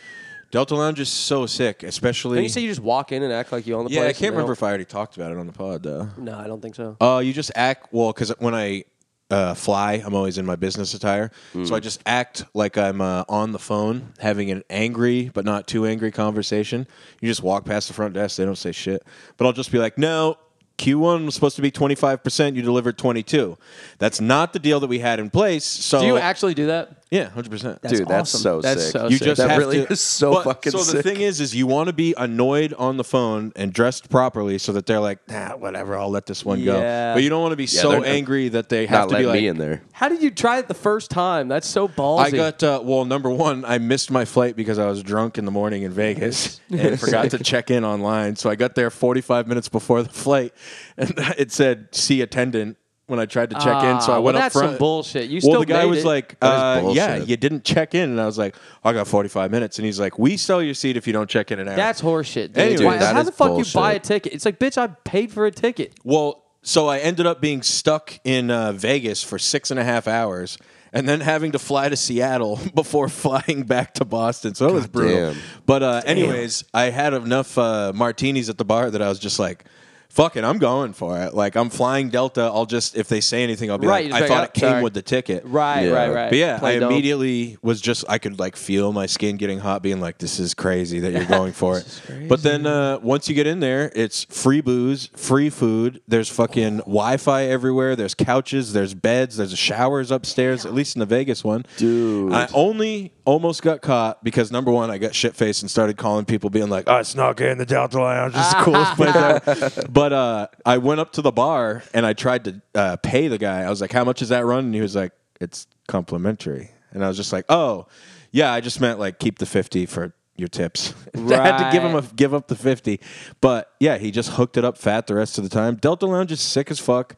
Speaker 3: Delta Lounge is so sick, especially.
Speaker 1: Didn't you say you just walk in and act like you own the
Speaker 3: yeah, I
Speaker 1: place?
Speaker 3: can't
Speaker 1: and they
Speaker 3: remember if I already talked about it on the pod, though.
Speaker 1: don't- No, I don't think so.
Speaker 3: Uh, you just act well because when I uh, fly, I'm always in my business attire, so
Speaker 1: Mm.
Speaker 3: I just act like I'm uh, on the phone having an angry but not too angry conversation. You just walk past the front desk; they don't say shit, but I'll just be like, "No, Q1 was supposed to be 25 percent. You delivered 22. That's not the deal that we had in place. So
Speaker 1: Do you actually do that?
Speaker 3: yeah, 100 percent.
Speaker 2: Oh. Dude, that's
Speaker 1: awesome.
Speaker 2: so
Speaker 1: That's
Speaker 2: sick.
Speaker 1: so
Speaker 3: You
Speaker 1: sick.
Speaker 3: just
Speaker 2: That
Speaker 3: have
Speaker 2: really
Speaker 3: to,
Speaker 2: is so
Speaker 3: but-
Speaker 2: fucking
Speaker 3: So the
Speaker 2: sick.
Speaker 3: thing is, is you want to be annoyed on the phone and dressed properly so that they're like, nah, whatever, I'll let this one
Speaker 1: Yeah.
Speaker 3: go. But you don't want to be
Speaker 2: they're
Speaker 3: so
Speaker 2: not-
Speaker 3: angry that they
Speaker 2: Not
Speaker 3: have to be
Speaker 2: let
Speaker 3: like,
Speaker 2: me in there.
Speaker 1: How did you try it the first time? That's so ballsy.
Speaker 3: I got uh, well. Number one, I missed my flight because I was drunk in the morning
Speaker 1: [laughs]
Speaker 3: in Vegas and forgot to check in online. So I got there 45 minutes before the flight, and [laughs] it said "see attendant" when I tried to check in. So
Speaker 1: Ah,
Speaker 3: I
Speaker 1: well,
Speaker 3: went up
Speaker 1: that's some
Speaker 3: front.
Speaker 1: bullshit. You
Speaker 3: well,
Speaker 1: still
Speaker 3: the guy
Speaker 1: made
Speaker 3: was
Speaker 1: it.
Speaker 3: like,
Speaker 2: That is
Speaker 3: uh, "Yeah,
Speaker 2: bullshit.
Speaker 3: you didn't check in," and I was like, "I got 45 minutes," and he's like, "We sell your seat if you don't check in an hour."
Speaker 1: That's horseshit, dude.
Speaker 3: Anyway,
Speaker 1: Why-
Speaker 3: that
Speaker 1: how
Speaker 2: is
Speaker 1: the fuck you
Speaker 2: bullshit.
Speaker 1: buy a ticket? It's like, bitch, I paid for a ticket.
Speaker 3: Well, so I ended up being stuck in uh, Vegas for six and a half hours, and then having to fly to Seattle [laughs] before flying back to Boston. So it was brutal.
Speaker 2: damn.
Speaker 3: But uh, anyways, I had enough uh, martinis at the bar that I was just like. Fuck it, I'm going for it. Like I'm flying Delta. I'll just if they say anything, I'll be
Speaker 1: Right,
Speaker 3: like, I
Speaker 1: just
Speaker 3: thought
Speaker 1: like,
Speaker 3: it
Speaker 1: "Oh,
Speaker 3: came
Speaker 1: sorry."
Speaker 3: with the ticket.
Speaker 1: Right,
Speaker 2: Yeah.
Speaker 1: right, right.
Speaker 3: But yeah,
Speaker 1: Play
Speaker 3: I
Speaker 1: dope.
Speaker 3: immediately was just I could like feel my skin getting hot, being like, "This is crazy that
Speaker 1: [laughs]
Speaker 3: you're going for it." But then uh, once you get in there, it's free booze, free food. There's fucking Wi-Fi everywhere. There's couches. There's beds. There's showers upstairs. At least in the Vegas one,
Speaker 2: Dude.
Speaker 3: I only almost got caught because number one, I got shit faced and started calling people, being like, "Ah, "I snuck in the Delta Lounge. [laughs] It's
Speaker 1: [laughs]
Speaker 3: the coolest place ever." But uh, I went up to the bar and I tried to uh, pay the guy. I was like, "How much is that run?" And he was like, "It's complimentary." And I was just like, "Oh, yeah, I just meant like keep the fifty for." Your tips. [laughs] I had to give him a give up the fifty, but yeah, he just hooked it up fat the rest of the time. Delta Lounge is sick as fuck,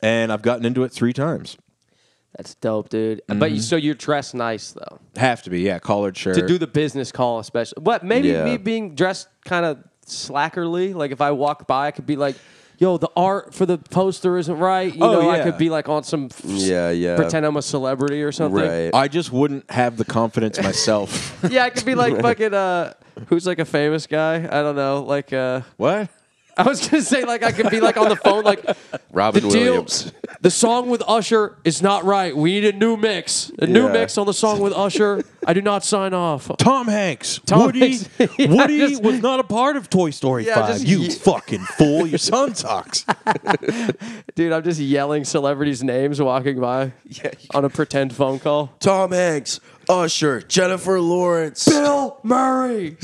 Speaker 3: and I've gotten into it three times.
Speaker 1: That's dope, dude.
Speaker 2: Mm-hmm.
Speaker 1: But you, so you're dressed nice though
Speaker 3: Have to be, yeah, collared shirt
Speaker 1: to do the business call, especially. But maybe
Speaker 2: Yeah.
Speaker 1: me being dressed kind of slackerly, like if I walk by, I could be like. Yo, the art for the poster isn't right. You
Speaker 3: Oh,
Speaker 1: know, I
Speaker 3: yeah.
Speaker 1: could be like on some f-
Speaker 2: Yeah, yeah.
Speaker 1: pretend I'm a celebrity or something.
Speaker 2: Right.
Speaker 3: I just wouldn't have the
Speaker 1: [laughs]
Speaker 3: confidence myself.
Speaker 1: Yeah, I could be like fucking uh who's like a famous guy? I don't know. Like uh
Speaker 3: what?
Speaker 1: I was gonna say like I could be like on the phone like
Speaker 2: Robin
Speaker 1: the
Speaker 2: Williams.
Speaker 1: Deal, the song with Usher is not right. We need a new mix. A new
Speaker 2: Yeah.
Speaker 1: mix on the song with Usher. I do not sign off.
Speaker 3: Tom Hanks.
Speaker 1: Tom
Speaker 3: Woody.
Speaker 1: Hanks. [laughs] Yeah,
Speaker 3: Woody
Speaker 1: just-
Speaker 3: was not a part of Toy Story
Speaker 1: Yeah,
Speaker 3: 5.
Speaker 1: just
Speaker 3: you
Speaker 1: ye-
Speaker 3: fucking fool. Your
Speaker 1: [laughs]
Speaker 3: son sucks.
Speaker 1: Dude, I'm just yelling celebrities' names walking by on a pretend phone call.
Speaker 2: Tom Hanks, Usher, Jennifer Lawrence.
Speaker 1: Bill Murray.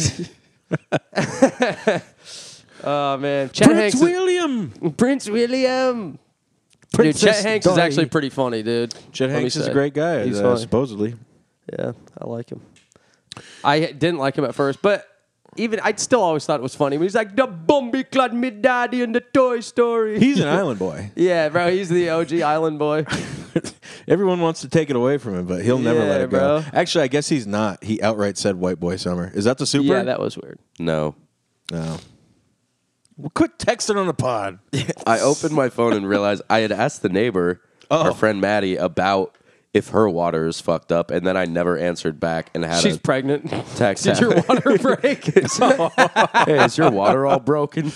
Speaker 1: [laughs] oh man. Chet
Speaker 3: Prince
Speaker 1: Hanks
Speaker 3: William.
Speaker 1: Prince William. dude, Chet Hanks is actually pretty funny, dude.
Speaker 3: Chet
Speaker 1: Let me
Speaker 3: Hanks is a
Speaker 1: say.
Speaker 3: great guy,
Speaker 1: He's
Speaker 3: uh,
Speaker 1: funny.
Speaker 3: supposedly.
Speaker 1: Yeah, I like him. I didn't like him at first, but even I still always thought it was funny. When he's like the Bumby Clad me daddy in the Toy Story.
Speaker 3: He's an island boy.
Speaker 1: [laughs] yeah, bro. He's the OG Island [laughs] boy.
Speaker 3: Everyone wants to take it away from him, but he'll never
Speaker 1: Yeah,
Speaker 3: let it go.
Speaker 1: bro.
Speaker 3: Actually, I guess he's not. He outright said white boy summer. Is that the super?
Speaker 1: yeah, that was weird.
Speaker 2: No.
Speaker 3: no. Well, quit texting on the pod.
Speaker 2: I opened my phone and realized I had asked the neighbor,
Speaker 1: Oh.
Speaker 2: our friend Maddie, about if her water is fucked up, and then I never answered back and had
Speaker 1: She's [laughs]
Speaker 2: a
Speaker 1: pregnant.
Speaker 2: text.
Speaker 1: Did your
Speaker 2: after-
Speaker 1: [laughs] water break?
Speaker 2: [laughs] hey, is your water
Speaker 1: [laughs]
Speaker 2: all broken?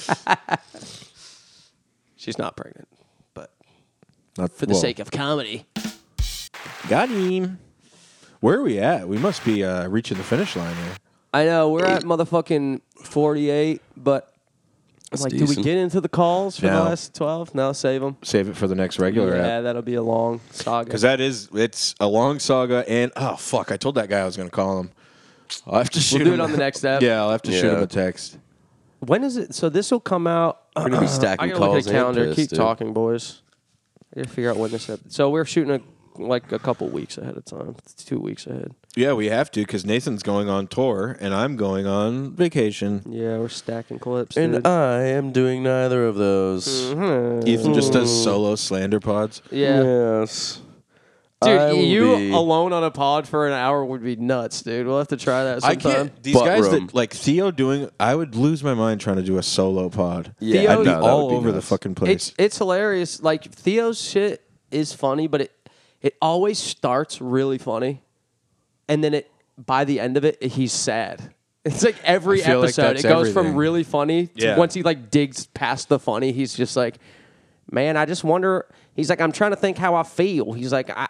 Speaker 1: She's not pregnant, but
Speaker 3: Not
Speaker 1: [laughs] for the sake of comedy.
Speaker 3: Got him. Where are we at? We must be uh, reaching the finish line here.
Speaker 1: I know we're at motherfucking forty-eight, but I'm like, do we
Speaker 2: decent.
Speaker 1: get into the calls for
Speaker 3: No.
Speaker 1: the last twelve? No, save them.
Speaker 3: Save it for the next regular
Speaker 1: Yeah,
Speaker 3: app.
Speaker 1: that'll be a long saga.
Speaker 3: Because that is, it's a long saga. And, oh, fuck, I told that guy I was going to call him. I'll have
Speaker 1: [laughs]
Speaker 3: to shoot
Speaker 1: do
Speaker 3: him.
Speaker 1: it on the next app.
Speaker 3: Yeah, I'll have to shoot
Speaker 2: Yeah.
Speaker 3: him a text.
Speaker 1: When is it? So this will come out.
Speaker 2: We're gonna be
Speaker 1: I
Speaker 2: stacking
Speaker 1: gotta look at
Speaker 2: calls.
Speaker 1: the
Speaker 2: and
Speaker 1: calendar.
Speaker 2: piss,
Speaker 1: Keep
Speaker 2: dude.
Speaker 1: talking, boys. I gotta figure out when this. Happened. So we're shooting a, like a couple weeks ahead of time. It's two weeks ahead.
Speaker 3: Yeah, we have to because Nathan's going on tour and I'm going on vacation.
Speaker 1: Yeah, we're stacking clips.
Speaker 2: And
Speaker 1: dude. Hmm.
Speaker 2: I am doing neither of those.
Speaker 3: Ethan just does
Speaker 2: Hmm.
Speaker 3: solo slander pods.
Speaker 1: yeah.
Speaker 2: Yes.
Speaker 1: dude,
Speaker 2: I will
Speaker 1: you
Speaker 2: be-
Speaker 1: alone on a pod for an hour would be nuts, dude. We'll have to try that
Speaker 3: I
Speaker 1: sometime.
Speaker 3: can't. These
Speaker 2: Butt
Speaker 3: guys
Speaker 2: room.
Speaker 3: that like Theo doing, I would lose my mind trying to do a solo pod.
Speaker 2: Yeah,
Speaker 1: Theo-
Speaker 3: I'd be
Speaker 1: No, that
Speaker 2: would
Speaker 3: all
Speaker 2: be
Speaker 3: over the
Speaker 2: nuts.
Speaker 3: fucking
Speaker 1: It's
Speaker 3: place.
Speaker 1: it's hilarious. Like Theo's shit is funny, but it it always starts really funny, and then it by the end of it he's sad. It's like every
Speaker 3: I feel like
Speaker 1: episode
Speaker 3: that's
Speaker 1: it goes from
Speaker 3: everything.
Speaker 1: really funny. To
Speaker 3: Yeah.
Speaker 1: Once he like digs past the funny, he's just like, man, I just wonder. He's like, I'm trying to think how I feel. He's like, I.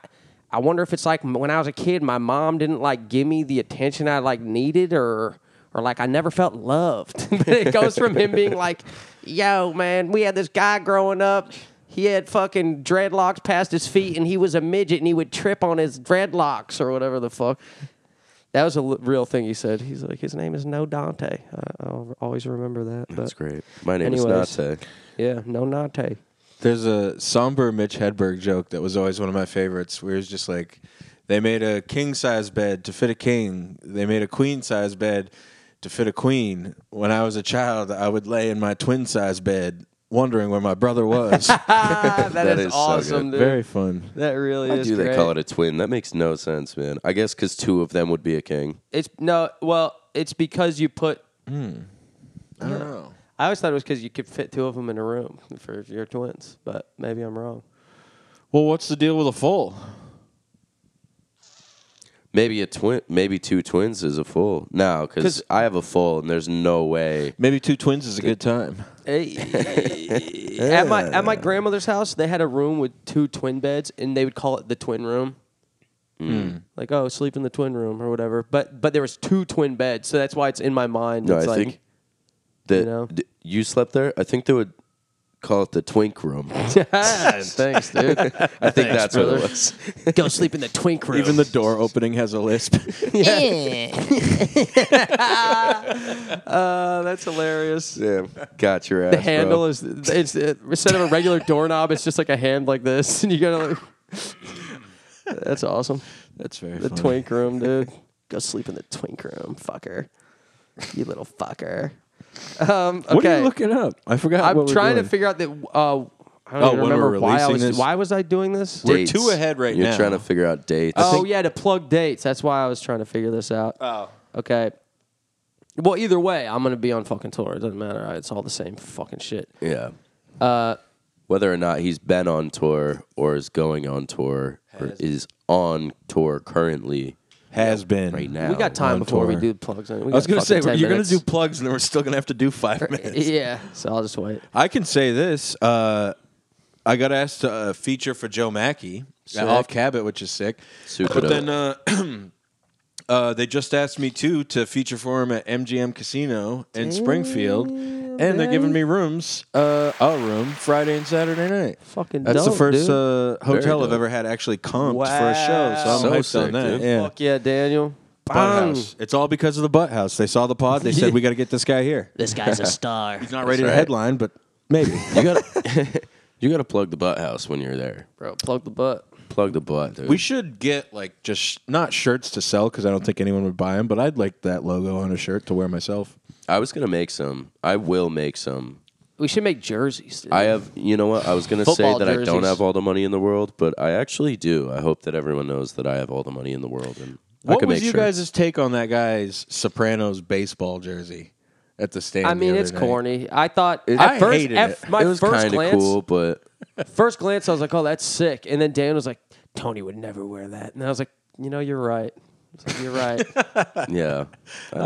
Speaker 1: I wonder if it's like when I was a kid, my mom didn't like give me the attention I like needed, or or like I never felt loved. [laughs] But it goes from him being like, "Yo, man, we had this guy growing up. He had fucking dreadlocks past his feet, and he was a midget, and he would trip on his dreadlocks or whatever the fuck." That was a l- real thing he said. He's like, his name is No Dante. I- I'll always remember that.
Speaker 2: That's
Speaker 1: but-
Speaker 2: great. My name
Speaker 1: Anyways.
Speaker 2: is Nate.
Speaker 1: Yeah, No Dante.
Speaker 3: There's a somber Mitch Hedberg joke that was always one of my favorites, where it's just like, they made a king size bed to fit a king. They made a queen size bed to fit a queen. When I was a child, I would lay in my twin size bed, wondering where my brother
Speaker 1: [laughs]
Speaker 3: was.
Speaker 2: That
Speaker 1: Ah, that is,
Speaker 2: is so
Speaker 1: awesome, dude.
Speaker 3: Very fun.
Speaker 1: that really
Speaker 2: Why
Speaker 1: is.
Speaker 2: do they
Speaker 1: great.
Speaker 2: call it a twin? That makes no sense, man. I guess because two of them would be a king.
Speaker 1: It's no, well, it's because you put.
Speaker 3: I don't know.
Speaker 1: I always thought it was because you could fit two of them in a room for if you're twins, but maybe I'm wrong.
Speaker 3: Well, what's the deal with a full?
Speaker 2: Maybe a twin, maybe two twins is a full. No,
Speaker 1: 'Cause-
Speaker 2: because I have a full, and there's no way.
Speaker 3: Maybe two twins is a good time.
Speaker 1: Hey, [laughs] at my at my grandmother's house, they had a room with two twin beds, and they would call it the twin room.
Speaker 2: Hmm.
Speaker 1: Like, oh, sleep in the twin room or whatever. But but there was two twin beds, so that's why it's in my mind.
Speaker 2: No,
Speaker 1: it's
Speaker 2: I
Speaker 1: like,
Speaker 2: think that
Speaker 1: you
Speaker 2: you,
Speaker 1: know?
Speaker 2: you slept there. I think they would call it the twink room. I
Speaker 3: [laughs]
Speaker 1: thanks, dude.
Speaker 2: think that's
Speaker 1: brother.
Speaker 2: what it was.
Speaker 1: [laughs] Go sleep in the twink room. [laughs]
Speaker 3: Even the [laughs] door opening has a lisp.
Speaker 1: Uh, that's hilarious.
Speaker 2: Damn, got your ass.
Speaker 1: The handle
Speaker 2: bro.
Speaker 1: is it's it, instead of a regular doorknob, it's just like a hand like this, [laughs] and you gotta like. That's awesome.
Speaker 3: That's very
Speaker 1: The twink room, dude. Go sleep in the twink room, fucker. You little fucker. Um, okay.
Speaker 3: What are you looking up? I forgot.
Speaker 1: I'm
Speaker 3: what we're
Speaker 1: trying to
Speaker 3: doing.
Speaker 1: figure out that. Uh, I don't
Speaker 3: Oh,
Speaker 1: even
Speaker 3: when we're
Speaker 1: remember why I
Speaker 3: releasing
Speaker 1: was
Speaker 3: this?
Speaker 1: why was I doing this?
Speaker 3: We're two ahead right
Speaker 2: You're
Speaker 3: now.
Speaker 2: trying to figure out dates.
Speaker 1: oh yeah, to plug dates. That's why I was trying to figure this out. Oh. Okay. Well, either way, I'm gonna be on fucking tour. It doesn't matter. It's all the same fucking shit.
Speaker 2: Yeah.
Speaker 3: Uh,
Speaker 2: Whether or not he's been on tour or is going on tour or is on tour currently
Speaker 3: Has been
Speaker 2: right now.
Speaker 1: we got time
Speaker 3: on
Speaker 1: before we
Speaker 3: tour.
Speaker 1: do plugs. I
Speaker 3: I was
Speaker 1: going
Speaker 3: gonna
Speaker 1: to
Speaker 3: say you're gonna do [laughs] plugs, and then we're still gonna have to
Speaker 2: [laughs]
Speaker 3: do five minutes.
Speaker 1: [laughs] Yeah, so I'll just wait.
Speaker 3: I can say this. Uh, I got asked to uh, feature for Joe Mackey at Off Cabot, which is sick.
Speaker 2: Super
Speaker 3: but
Speaker 2: dope.
Speaker 3: then uh, [clears throat] uh, they just asked me too to feature for him at MGM Casino in Springfield, and they're giving me rooms, uh, a room Friday and Saturday night.
Speaker 1: Fucking
Speaker 3: That's the
Speaker 1: dope,
Speaker 3: first
Speaker 1: dude.
Speaker 3: uh, hotel I've
Speaker 2: dope.
Speaker 3: ever had actually comped for a show. So I'm
Speaker 2: So
Speaker 3: hyped
Speaker 2: sick,
Speaker 3: on that.
Speaker 2: dude.
Speaker 3: Yeah.
Speaker 1: Fuck yeah, Daniel. Bang.
Speaker 3: Butthouse. It's all because of the butt house. They saw the pod. They said we got to get [laughs] this guy here.
Speaker 5: This guy's a star.
Speaker 3: He's not ready to
Speaker 2: right.
Speaker 3: headline, but [laughs] maybe.
Speaker 2: you got you got to plug the butt house when you're there.
Speaker 1: Bro, plug the butt.
Speaker 2: Plug the butt, dude.
Speaker 3: We should get like just sh- not shirts to sell because I don't think anyone would buy them, but I'd like that logo on a shirt to wear myself.
Speaker 2: I was gonna make some. I will make some.
Speaker 1: We should make jerseys. Dude.
Speaker 2: I have. You know what? I was gonna
Speaker 1: Football
Speaker 2: say that I don't
Speaker 1: jerseys.
Speaker 2: have all the money in the world, but I actually do. I hope that everyone knows that I have all the money in the world, and I
Speaker 3: What
Speaker 2: can
Speaker 3: was
Speaker 2: make
Speaker 3: you
Speaker 2: sure.
Speaker 3: guys' take on that guy's Sopranos baseball jersey at the stand?
Speaker 1: I mean,
Speaker 3: the other
Speaker 1: it's
Speaker 3: night?
Speaker 1: corny. I thought
Speaker 2: It-
Speaker 1: at
Speaker 3: I
Speaker 1: first,
Speaker 3: hated
Speaker 1: at
Speaker 3: it.
Speaker 1: my
Speaker 2: it was
Speaker 1: first
Speaker 2: kinda
Speaker 1: glance,
Speaker 2: cool, but
Speaker 1: first glance, I was like, "Oh, that's sick," and then Dan was like, "Tony would never wear that," and I was like, "You know, you're right. I was like, you're right."
Speaker 2: yeah, I
Speaker 3: [laughs] I
Speaker 2: don't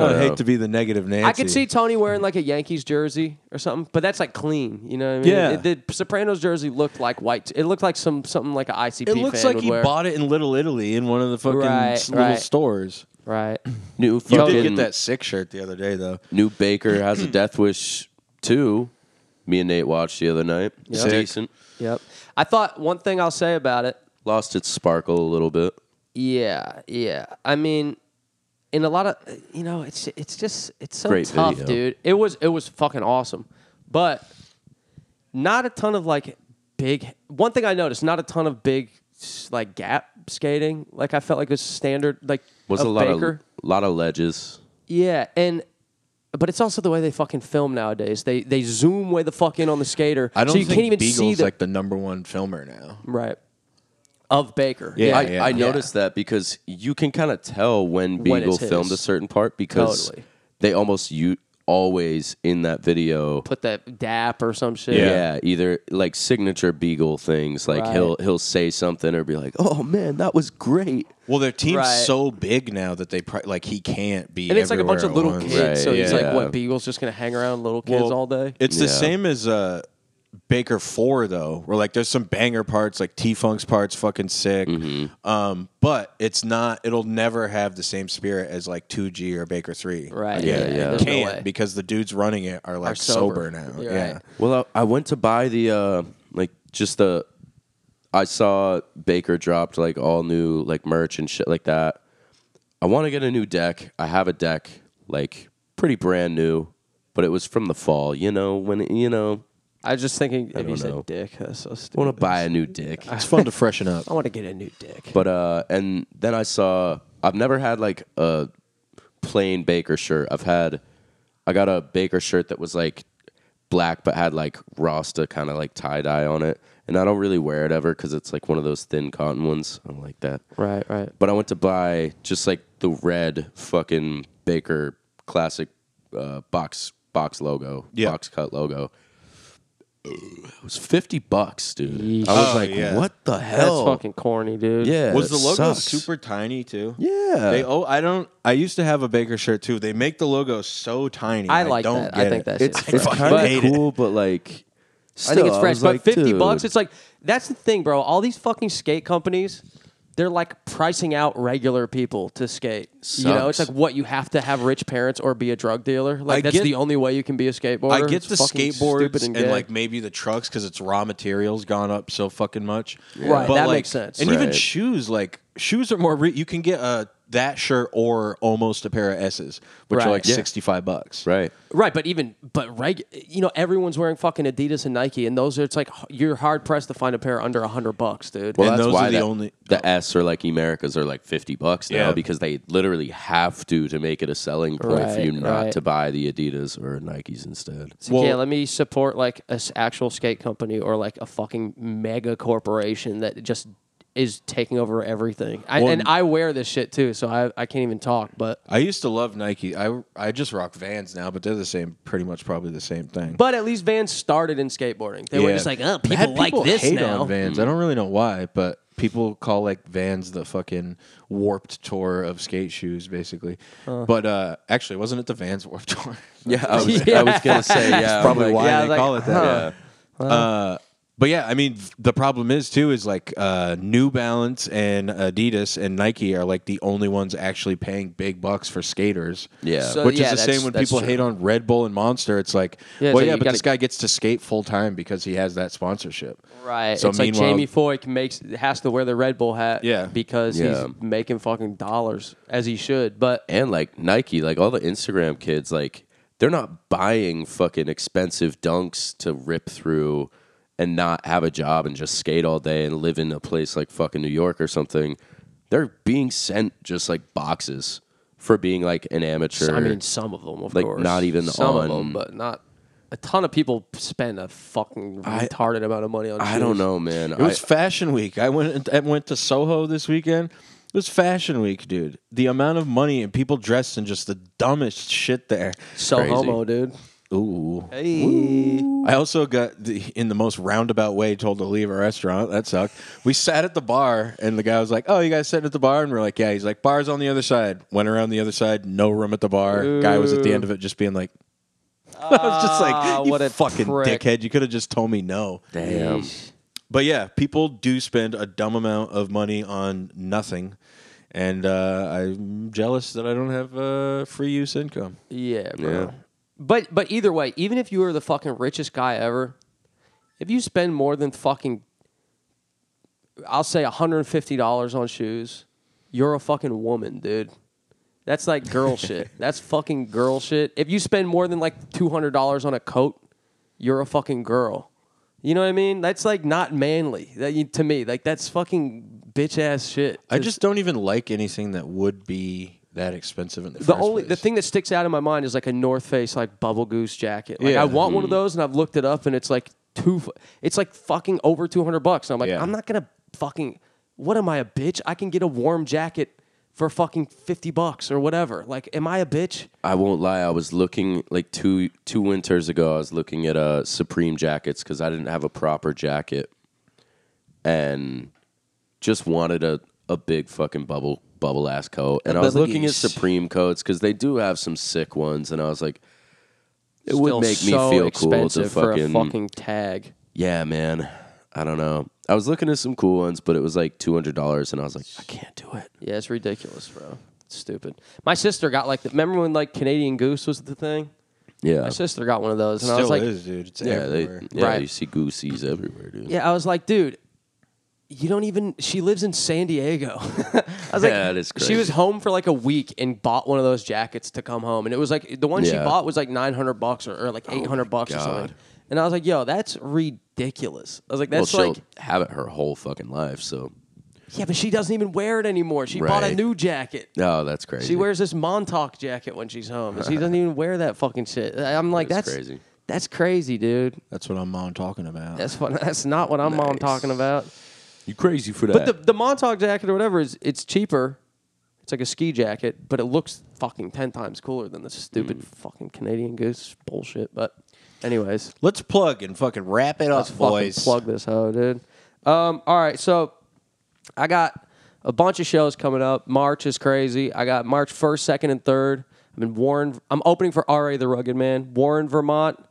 Speaker 3: would
Speaker 2: know.
Speaker 3: hate to be the negative Nancy.
Speaker 1: I could see Tony wearing like a Yankees jersey or something, but that's like clean. You know what I mean?
Speaker 3: Yeah.
Speaker 1: It- the Sopranos jersey looked like white. It looked like some something like an ICP.
Speaker 3: It looks
Speaker 1: fan
Speaker 3: like
Speaker 1: would
Speaker 3: he
Speaker 1: wear.
Speaker 3: bought it in Little Italy in one of the fucking
Speaker 1: Right,
Speaker 3: s- little
Speaker 1: right.
Speaker 3: stores.
Speaker 1: right.
Speaker 2: new
Speaker 3: You
Speaker 2: fucking
Speaker 3: did get that sick shirt the other day though.
Speaker 2: new Baker has a Death Wish two. Me and Nate watched the other night. It's
Speaker 1: Sick.
Speaker 2: decent.
Speaker 1: Yep. I thought one thing I'll say about it.
Speaker 2: Lost its sparkle a little bit.
Speaker 1: Yeah, yeah. I mean, in a lot of you know, it's it's just it's so
Speaker 2: Great
Speaker 1: tough,
Speaker 2: video.
Speaker 1: dude. It was it was fucking awesome, but not a ton of like big. One thing I noticed, not a ton of big s- like gap skating. Like I felt like it was standard. Like
Speaker 2: Was
Speaker 1: of
Speaker 2: a lot
Speaker 1: Baker.
Speaker 2: of lot of ledges.
Speaker 1: Yeah, and but it's also the way they fucking film nowadays. They they zoom way the fuck in on the skater,
Speaker 3: I don't
Speaker 1: so you
Speaker 3: think
Speaker 1: can't even
Speaker 3: Beagle's
Speaker 1: see the
Speaker 3: like the number one filmer now.
Speaker 1: right of Baker.
Speaker 3: Yeah,
Speaker 2: I,
Speaker 3: yeah.
Speaker 2: I noticed that because you can kind of tell when
Speaker 1: When
Speaker 2: Beagle
Speaker 1: it's his.
Speaker 2: filmed a certain part because
Speaker 1: Totally.
Speaker 2: they almost you always in that video.
Speaker 1: put that dap or some shit.
Speaker 2: Yeah. either like signature Beagle things, like
Speaker 1: Right.
Speaker 2: he'll he'll say something or be like, "Oh man, that was great."
Speaker 3: Well, their team's
Speaker 1: Right.
Speaker 3: so big now that they pro- like he can't be.
Speaker 1: And it's like a bunch of
Speaker 3: everywhere at
Speaker 1: little
Speaker 3: once.
Speaker 1: kids, so
Speaker 2: Right,
Speaker 1: he's
Speaker 2: yeah.
Speaker 1: like, "What Beagle's just gonna hang around little kids all day?"
Speaker 3: It's the
Speaker 2: Yeah.
Speaker 3: same as uh, Baker Four though, where like there's some banger parts, like T Funk's parts, fucking sick.
Speaker 2: Mm-hmm.
Speaker 3: Um, but it's not. It'll never have the same spirit as like Two G or Baker Three.
Speaker 1: right?
Speaker 2: Yeah, yeah.
Speaker 1: there's no
Speaker 3: Can't
Speaker 1: way.
Speaker 3: because the dudes running it are like
Speaker 1: Are sober.
Speaker 3: sober. now.
Speaker 1: You're
Speaker 3: yeah.
Speaker 1: right.
Speaker 2: Well, I, I went to buy the uh, like just the. I saw Baker dropped like all new like merch and shit like that. I want to get a new deck. I have a deck like pretty brand new, but it was from the fall. You know when you know
Speaker 1: I was just thinking, if
Speaker 2: don't
Speaker 1: he's a
Speaker 2: know.
Speaker 1: dick, that's so stupid.
Speaker 2: want to buy a new dick.
Speaker 3: It's fun to freshen up.
Speaker 1: I want to get a new dick.
Speaker 2: But uh, and then I saw I've never had like a plain Baker shirt. I've had I got a Baker shirt that was like black but had like Rasta kind of like tie dye on it, and I don't really wear it ever because it's like one of those thin cotton ones. I don't like that.
Speaker 1: right, right.
Speaker 2: But I went to buy just like the red fucking Baker classic uh, box box logo,
Speaker 3: Yeah.
Speaker 2: box cut logo. It was fifty bucks, dude.
Speaker 1: Yeesh.
Speaker 2: I was
Speaker 3: Oh,
Speaker 2: like,
Speaker 3: yeah.
Speaker 2: "What the
Speaker 1: That's
Speaker 2: hell?"
Speaker 1: fucking corny, dude.
Speaker 2: yeah,
Speaker 3: was
Speaker 2: it
Speaker 3: the logo
Speaker 2: sucks.
Speaker 3: super tiny too?
Speaker 2: Yeah,
Speaker 3: They oh I don't I used to have a Baker shirt too. They make the logo so tiny.
Speaker 1: I like
Speaker 3: don't
Speaker 1: that.
Speaker 3: Get
Speaker 1: I think
Speaker 3: it.
Speaker 1: that's
Speaker 2: it's
Speaker 1: shit's
Speaker 2: it's
Speaker 1: fresh.
Speaker 2: kind
Speaker 1: But
Speaker 2: of
Speaker 3: hate it.
Speaker 2: cool, but like,
Speaker 1: I think it's
Speaker 2: still,
Speaker 1: fresh.
Speaker 2: was
Speaker 1: But
Speaker 2: like,
Speaker 1: fifty
Speaker 2: dude.
Speaker 1: bucks, it's like that's the thing, bro. All these fucking skate companies, they're like pricing out regular people to skate. You know, it's
Speaker 2: Sucks.
Speaker 1: like what you have to have rich parents or be a drug dealer. Like
Speaker 3: I
Speaker 1: that's
Speaker 3: get-
Speaker 1: the only way you can be a skateboarder.
Speaker 3: I get
Speaker 1: It's
Speaker 3: the
Speaker 1: fucking
Speaker 3: skateboards
Speaker 1: stupid
Speaker 3: and,
Speaker 1: gay.
Speaker 3: like maybe the trucks because it's raw materials gone up so fucking much.
Speaker 1: Right, that
Speaker 3: like,
Speaker 1: makes sense.
Speaker 3: And even
Speaker 2: Right.
Speaker 3: shoes, like shoes are more. Re- you can get a that shirt or almost a pair of S's, which
Speaker 1: Right.
Speaker 3: are like
Speaker 1: Yeah.
Speaker 3: sixty five bucks.
Speaker 2: right.
Speaker 1: Right, but even but reg, you know, everyone's wearing fucking Adidas and Nike, and those are it's like h- you're hard pressed to find a pair under hundred bucks, dude.
Speaker 2: Well,
Speaker 3: And
Speaker 2: that's
Speaker 3: those
Speaker 2: why
Speaker 3: are the
Speaker 2: that-
Speaker 3: only-
Speaker 2: the S or like Americas are like fifty bucks now
Speaker 3: Yeah.
Speaker 2: because they literally have to to make it a selling point for
Speaker 1: Right,
Speaker 2: you not
Speaker 1: right.
Speaker 2: to buy the Adidas or Nikes instead.
Speaker 1: It's like,
Speaker 3: Well-
Speaker 1: yeah, let me support like an actual skate company or like a fucking mega corporation that just is taking over everything. I,
Speaker 3: Well,
Speaker 1: and I wear this shit too, so I, I can't even talk. But
Speaker 3: I used to love Nike. I I just rock Vans now, but they're the same, pretty much probably the same thing.
Speaker 1: but at least Vans started in skateboarding. They were
Speaker 3: Yeah.
Speaker 1: just like, oh,
Speaker 3: Bad
Speaker 1: people like this
Speaker 3: hate
Speaker 1: now.
Speaker 3: On Vans. I don't really know why, but people call like Vans the fucking warped tour of skate shoes, basically. But uh, actually, wasn't it the Vans warped [laughs] tour?
Speaker 2: Yeah, I
Speaker 1: [laughs]
Speaker 2: was,
Speaker 1: Yeah.
Speaker 2: I was gonna say yeah. I'm
Speaker 3: probably
Speaker 2: like,
Speaker 3: why
Speaker 1: yeah, I
Speaker 3: they
Speaker 1: was like,
Speaker 3: call it that.
Speaker 1: huh.
Speaker 3: Uh, but yeah, I mean, th- the problem is too is like uh, New Balance and Adidas and Nike are like the only ones actually paying big bucks for skaters.
Speaker 2: Yeah. So,
Speaker 3: which
Speaker 1: yeah,
Speaker 3: is the
Speaker 1: that's-
Speaker 3: same when
Speaker 1: that's
Speaker 3: people
Speaker 1: true.
Speaker 3: hate on Red Bull and Monster. It's like,
Speaker 1: Yeah, it's
Speaker 3: well,
Speaker 1: like
Speaker 3: yeah,
Speaker 1: you
Speaker 3: but
Speaker 1: gotta-
Speaker 3: this guy gets to skate full time because he has that sponsorship.
Speaker 1: Right.
Speaker 3: So
Speaker 1: it's like
Speaker 3: meanwhile-
Speaker 1: Jamie Foyt makes has to wear the Red Bull hat
Speaker 3: Yeah.
Speaker 1: because
Speaker 2: Yeah.
Speaker 1: he's making fucking dollars as he should. But
Speaker 2: and like Nike, like all the Instagram kids, like they're not buying fucking expensive dunks to rip through and not have a job and just skate all day and live in a place like fucking New York or something. They're being sent just like boxes for being like an amateur.
Speaker 1: I mean, some of them, of
Speaker 2: Like,
Speaker 1: course.
Speaker 2: not even
Speaker 1: some
Speaker 2: on-
Speaker 1: of them, but not a ton of people spend a fucking retarded amount of money on.
Speaker 2: I
Speaker 1: shoes.
Speaker 2: don't know, man.
Speaker 3: It was
Speaker 2: I,
Speaker 3: Fashion Week. I went I went to Soho this weekend. It was Fashion Week, dude. The amount of money and people dressed in just the dumbest shit there.
Speaker 1: So
Speaker 2: Crazy.
Speaker 1: homo, dude.
Speaker 3: Ooh.
Speaker 1: Hey.
Speaker 3: I also got the, in the most roundabout way told to leave a restaurant. That sucked. We sat at the bar, and the guy was like, "Oh, you guys sitting at the bar?" And we're like, "Yeah." He's like, "Bar's on the other side." Went around the other side. No room at the bar. Guy was at the end of it, just being like, [laughs] "I was just like, you
Speaker 1: Ah, what a
Speaker 3: fucking
Speaker 1: prick.
Speaker 3: dickhead! You could have just told me no."
Speaker 2: damn.
Speaker 3: But yeah, people do spend a dumb amount of money on nothing, and uh, I'm jealous that I don't have uh, free use income.
Speaker 1: Yeah, bro.
Speaker 2: Yeah.
Speaker 1: But but either way, even if you were the fucking richest guy ever, if you spend more than fucking, I'll say hundred and fifty dollars on shoes, you're a fucking woman, dude. That's like
Speaker 2: [laughs]
Speaker 1: girl shit. That's fucking girl shit. If you spend more than like two hundred dollars on a coat, you're a fucking girl. You know what I mean? That's like not manly. That you, to me, like that's fucking bitch ass shit.
Speaker 3: I just don't even like anything that would be that expensive in the,
Speaker 1: The
Speaker 3: first
Speaker 1: only the
Speaker 3: place.
Speaker 1: thing that sticks out in my mind is like a North Face like bubble goose jacket. Like
Speaker 3: Yeah.
Speaker 1: I want one of those, and I've looked it up, and it's like two. fu- It's like fucking over two hundred bucks. And I'm like,
Speaker 3: Yeah.
Speaker 1: I'm not gonna fucking. What am I a bitch? I can get a warm jacket for fucking fifty bucks or whatever. Like, am I a bitch?
Speaker 2: I won't lie. I was looking like two two winters ago. I was looking at uh, Supreme jackets because I didn't have a proper jacket, and just wanted a, a big fucking bubble bubble ass coat. And I was
Speaker 1: bubble
Speaker 2: looking
Speaker 1: goose.
Speaker 2: at Supreme coats because they do have some sick ones. And I was like, it
Speaker 1: Still
Speaker 2: would make me
Speaker 1: so
Speaker 2: feel cool to
Speaker 1: expensive for a
Speaker 2: fucking,
Speaker 1: fucking tag.
Speaker 2: yeah, man. I don't know. I was looking at some cool ones, but it was like two hundred dollars, and I was like, I can't do it.
Speaker 1: Yeah, it's ridiculous, bro. It's stupid. My sister got like the. Remember when like Canadian Goose was the thing?
Speaker 2: Yeah,
Speaker 1: My sister got one of those, and I
Speaker 3: still
Speaker 1: was like,
Speaker 3: is, dude. It's
Speaker 2: yeah, they,
Speaker 3: everywhere.
Speaker 2: yeah.
Speaker 1: Right.
Speaker 2: You see gooseys everywhere, dude.
Speaker 1: Yeah, I was like, dude, you don't even. She lives in San Diego. [laughs] I was like,
Speaker 2: Yeah, that is
Speaker 1: she was
Speaker 2: crazy.
Speaker 1: home for like a week and bought one of those jackets to come home, and it was like the one she
Speaker 2: Yeah. Oh
Speaker 1: bought was like nine hundred bucks or, or like eight hundred bucks or
Speaker 2: God.
Speaker 1: something. And I was like, yo, that's ridiculous. I was like, that's
Speaker 2: well, she'll
Speaker 1: like,
Speaker 2: have it her whole fucking life. So,
Speaker 1: yeah, but she doesn't even wear it anymore. She bought a
Speaker 2: Right.
Speaker 1: new jacket.
Speaker 2: oh, that's crazy.
Speaker 1: She wears this Montauk jacket when she's home. and She doesn't even wear that fucking shit. I'm like,
Speaker 2: That's
Speaker 1: that's
Speaker 2: crazy.
Speaker 1: That's crazy, dude.
Speaker 3: That's what I'm on talking about.
Speaker 1: That's what. [laughs] That's not what I'm on talking about.
Speaker 2: You crazy for that?
Speaker 1: But the, the Montauk jacket or whatever is it's cheaper. It's It's like a ski jacket, but it looks fucking ten times cooler than this stupid fucking Canadian Goose bullshit. But anyways,
Speaker 3: Let's plug and fucking wrap it up,
Speaker 1: Let's
Speaker 3: boys.
Speaker 1: fucking
Speaker 3: [laughs]
Speaker 1: plug this hoe, dude. Um, all right, so I got a bunch of shows coming up. March is crazy. I got March first, second, and third. I'm in Warren. I'm opening for R.A. the Rugged Man, Warren, Vermont,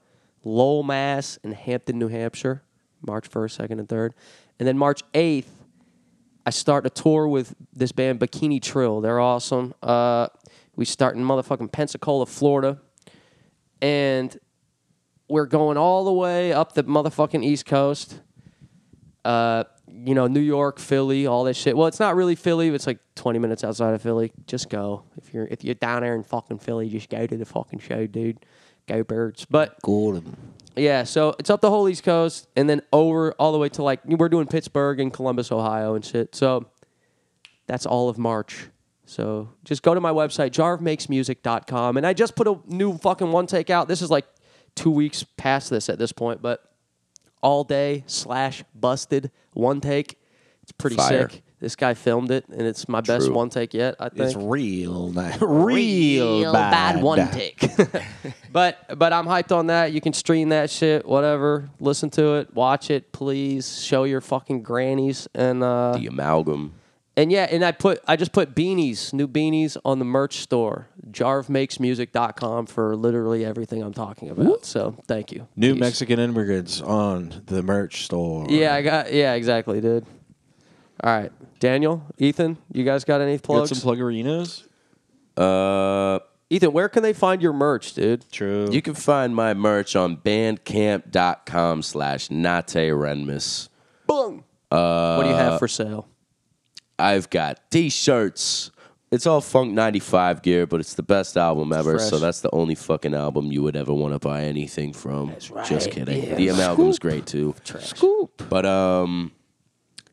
Speaker 1: Lowell, Mass, and Hampton, New Hampshire. March first, second, and third, and then March eighth. I start a tour with this band Bikini Trill. They're awesome. Uh, we start in motherfucking Pensacola, Florida, and we're going all the way up the motherfucking East Coast. Uh, you know, New York, Philly, all this shit. Well, it's not really Philly. It's like 20 minutes outside of Philly. Just go if you're if you're down there in fucking Philly, just go to the fucking show, dude. Go birds. But yeah, so it's up the whole East Coast and then over all the way to like we're doing Pittsburgh and Columbus, Ohio and shit. So that's all of March. So just go to my website, jarvmakesmusic.com. And I just put a new fucking one take out. This is like two weeks past this at this point, but all day slash busted one take. It's pretty
Speaker 2: Fire.
Speaker 1: sick. This guy filmed it and it's my best
Speaker 2: True.
Speaker 1: one take yet, I think
Speaker 3: It's real, bad. real,
Speaker 1: bad,
Speaker 3: bad.
Speaker 1: one take. [laughs] but but I'm hyped on that. You can stream that shit, whatever. Listen to it, watch it, please. Show your fucking grannies and uh
Speaker 2: The amalgam.
Speaker 1: and yeah, and I put I just put beanies, new beanies on the merch store, jarvmakesmusic.com for literally everything I'm talking about. So thank you.
Speaker 3: New
Speaker 1: Peace.
Speaker 3: Mexican immigrants on the merch store.
Speaker 1: Yeah, I got yeah, exactly, dude. All right. Daniel, Ethan, you guys got any
Speaker 3: got
Speaker 1: plugs?
Speaker 3: some plugarinos.
Speaker 2: Uh,
Speaker 1: Ethan, where can they find your merch, dude?
Speaker 3: True.
Speaker 2: you can find my merch on bandcamp.com slash Nate Renmus.
Speaker 1: Boom. what do you have for sale?
Speaker 2: I've got t-shirts. It's all Funk 95 gear, but it's the best album ever.
Speaker 1: Fresh.
Speaker 2: So that's the only fucking album you would ever want to buy anything from. Just kidding. The amalgam's great too.
Speaker 1: Scoop.
Speaker 2: But um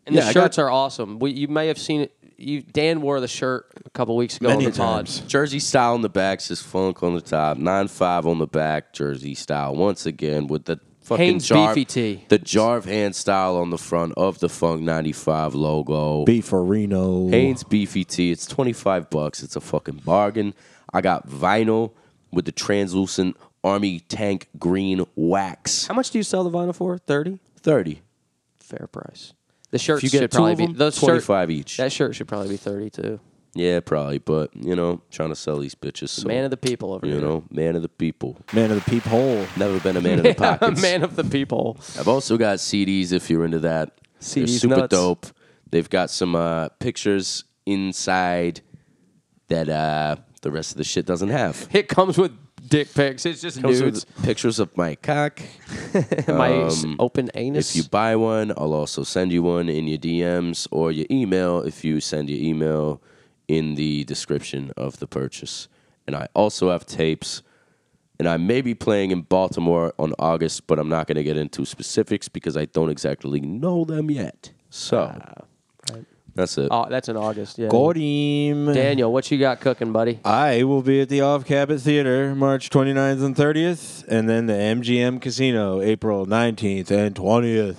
Speaker 1: And
Speaker 2: Yeah,
Speaker 1: the
Speaker 2: I got-
Speaker 1: shirts are awesome. We, you may have seen it. You Dan wore the shirt a couple weeks ago
Speaker 3: Many
Speaker 1: on the pod.
Speaker 3: times.
Speaker 2: Jersey style on the back, says funk on the top, nine five on the back, Jersey style once again with the fucking
Speaker 1: Hanes
Speaker 2: Jarv,
Speaker 1: beefy tee.
Speaker 2: the Jarv hand style on the front of the Funk ninety five logo.
Speaker 3: Beefarino.
Speaker 2: Haynes Beefy Tea. It's 25 bucks. It's a fucking bargain. I got vinyl with the translucent army tank green wax.
Speaker 1: How much do you sell the vinyl for? Thirty.
Speaker 2: 30.
Speaker 1: Fair price. The shirt
Speaker 2: If you get
Speaker 1: should
Speaker 2: two
Speaker 1: probably
Speaker 2: of them,
Speaker 1: be the shirt-
Speaker 2: 25 each.
Speaker 1: That shirt should probably be thirty too.
Speaker 2: Yeah, probably, but you know, trying to sell these bitches. So,
Speaker 1: Man of the people over
Speaker 2: you
Speaker 1: here. [laughs]
Speaker 2: know, man of the people.
Speaker 3: Man of the peephole.
Speaker 2: Never been a man of the pockets.
Speaker 1: man of the people.
Speaker 2: I've also got CDs if you're into that. They're
Speaker 1: CDs
Speaker 2: super
Speaker 1: nuts.
Speaker 2: dope. They've got some uh, pictures inside that uh, the rest of the shit doesn't have.
Speaker 1: It comes with dick pics. It's just
Speaker 2: Those are
Speaker 1: nudes.
Speaker 2: the pictures of my cock.
Speaker 1: [laughs] My s- open anus.
Speaker 2: um, If you buy one, I'll also send you one in your DMs or your email if you send your email in the description of the purchase. And I also have tapes. And I may be playing in Baltimore on August, but I'm not going to get into specifics because I don't exactly know them yet. So that's it.
Speaker 1: oh, that's in August. Yeah.
Speaker 3: Got him.
Speaker 1: Daniel, what you got cooking, buddy?
Speaker 2: Uh,
Speaker 3: I will be at the Off Cabot Theater March 29th and 30th, and then the MGM Casino April 19th and 20th,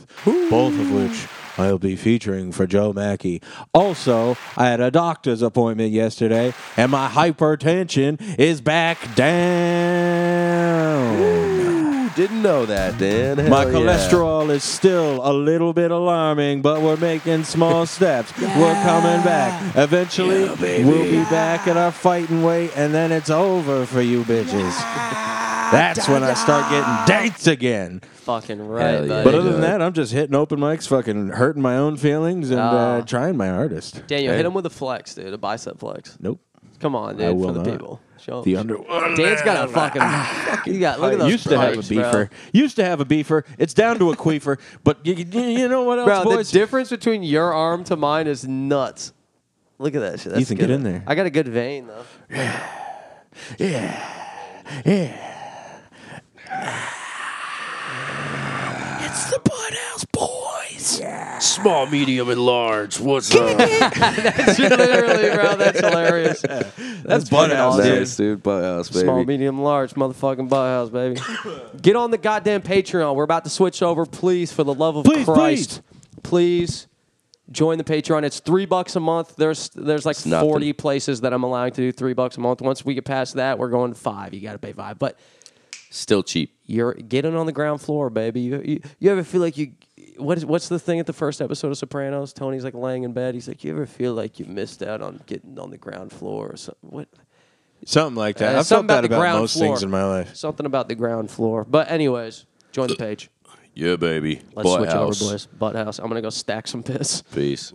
Speaker 3: both of which I'll be featuring for Joe Mackey. Also, I had a doctor's appointment yesterday, and my hypertension is back down.
Speaker 2: Ooh, didn't know that, Dan. Hell
Speaker 3: [laughs] My
Speaker 1: Oh,
Speaker 2: yeah.
Speaker 3: cholesterol is still a little bit alarming, but we're making small
Speaker 1: [laughs]
Speaker 3: steps. We're coming back. Eventually, we'll be back at our fighting weight, and then it's over for you bitches. That's when I start getting dates again.
Speaker 1: Fucking right,
Speaker 2: Hell yeah.
Speaker 1: buddy.
Speaker 3: But other
Speaker 2: dude.
Speaker 3: than that, I'm just hitting open mics, fucking hurting my own feelings, and uh,
Speaker 1: Ah.
Speaker 3: trying my hardest.
Speaker 1: Daniel,
Speaker 2: Hey.
Speaker 1: hit him with a flex, dude. A bicep flex.
Speaker 3: Nope.
Speaker 1: Come on,
Speaker 3: I
Speaker 1: dude.
Speaker 3: will
Speaker 1: For the
Speaker 3: not.
Speaker 1: people. Show 'em.
Speaker 3: The under.
Speaker 1: Dan's got a fucking.
Speaker 3: [sighs]
Speaker 1: you got look at those.
Speaker 3: used to have a
Speaker 1: pipes,
Speaker 3: beefer. Used to have a beefer. It's down to a queefer. But you, you, you know what else,
Speaker 1: bro. Bro, the
Speaker 3: boys?
Speaker 1: difference between your arm to mine is nuts. Look at that shit. That's
Speaker 3: Ethan,
Speaker 1: good.
Speaker 3: get in there.
Speaker 1: I got a good vein though.
Speaker 2: Small, medium, and large. What's
Speaker 1: [laughs]
Speaker 2: up?
Speaker 1: Literally, bro. That's hilarious.
Speaker 3: That's butt
Speaker 1: fucking
Speaker 3: ass,
Speaker 1: awesome.
Speaker 3: dude.
Speaker 2: Nice, dude. Butt house, baby.
Speaker 1: Small, medium, large, motherfucking butthouse, baby. [coughs] Get on the goddamn Patreon. We're about to switch over. Please, for the love of
Speaker 3: Please,
Speaker 1: Christ, please. Join the Patreon. It's three bucks a month. There's there's like
Speaker 2: nothing.
Speaker 1: forty places that I'm allowing to do three bucks a month. Once we get past that, we're going to five. You got to pay five, but
Speaker 2: Still cheap.
Speaker 1: you're getting on the ground floor, baby. You, you, you ever feel like you what is what's the thing at the first episode of Sopranos? Tony's like laying in bed. He's like, you ever feel like you missed out on getting on the ground floor or something? What?
Speaker 3: Something like that.
Speaker 1: Uh,
Speaker 3: I felt
Speaker 1: something
Speaker 3: that
Speaker 1: the
Speaker 3: about
Speaker 1: ground
Speaker 3: most
Speaker 1: floor.
Speaker 3: things in my life.
Speaker 1: Something about the ground floor. But anyways, join the page.
Speaker 2: Yeah, baby.
Speaker 1: Let's
Speaker 2: Butt
Speaker 1: switch
Speaker 2: house.
Speaker 1: over, boys. Butthouse. I'm gonna go stack some piss.
Speaker 2: Peace.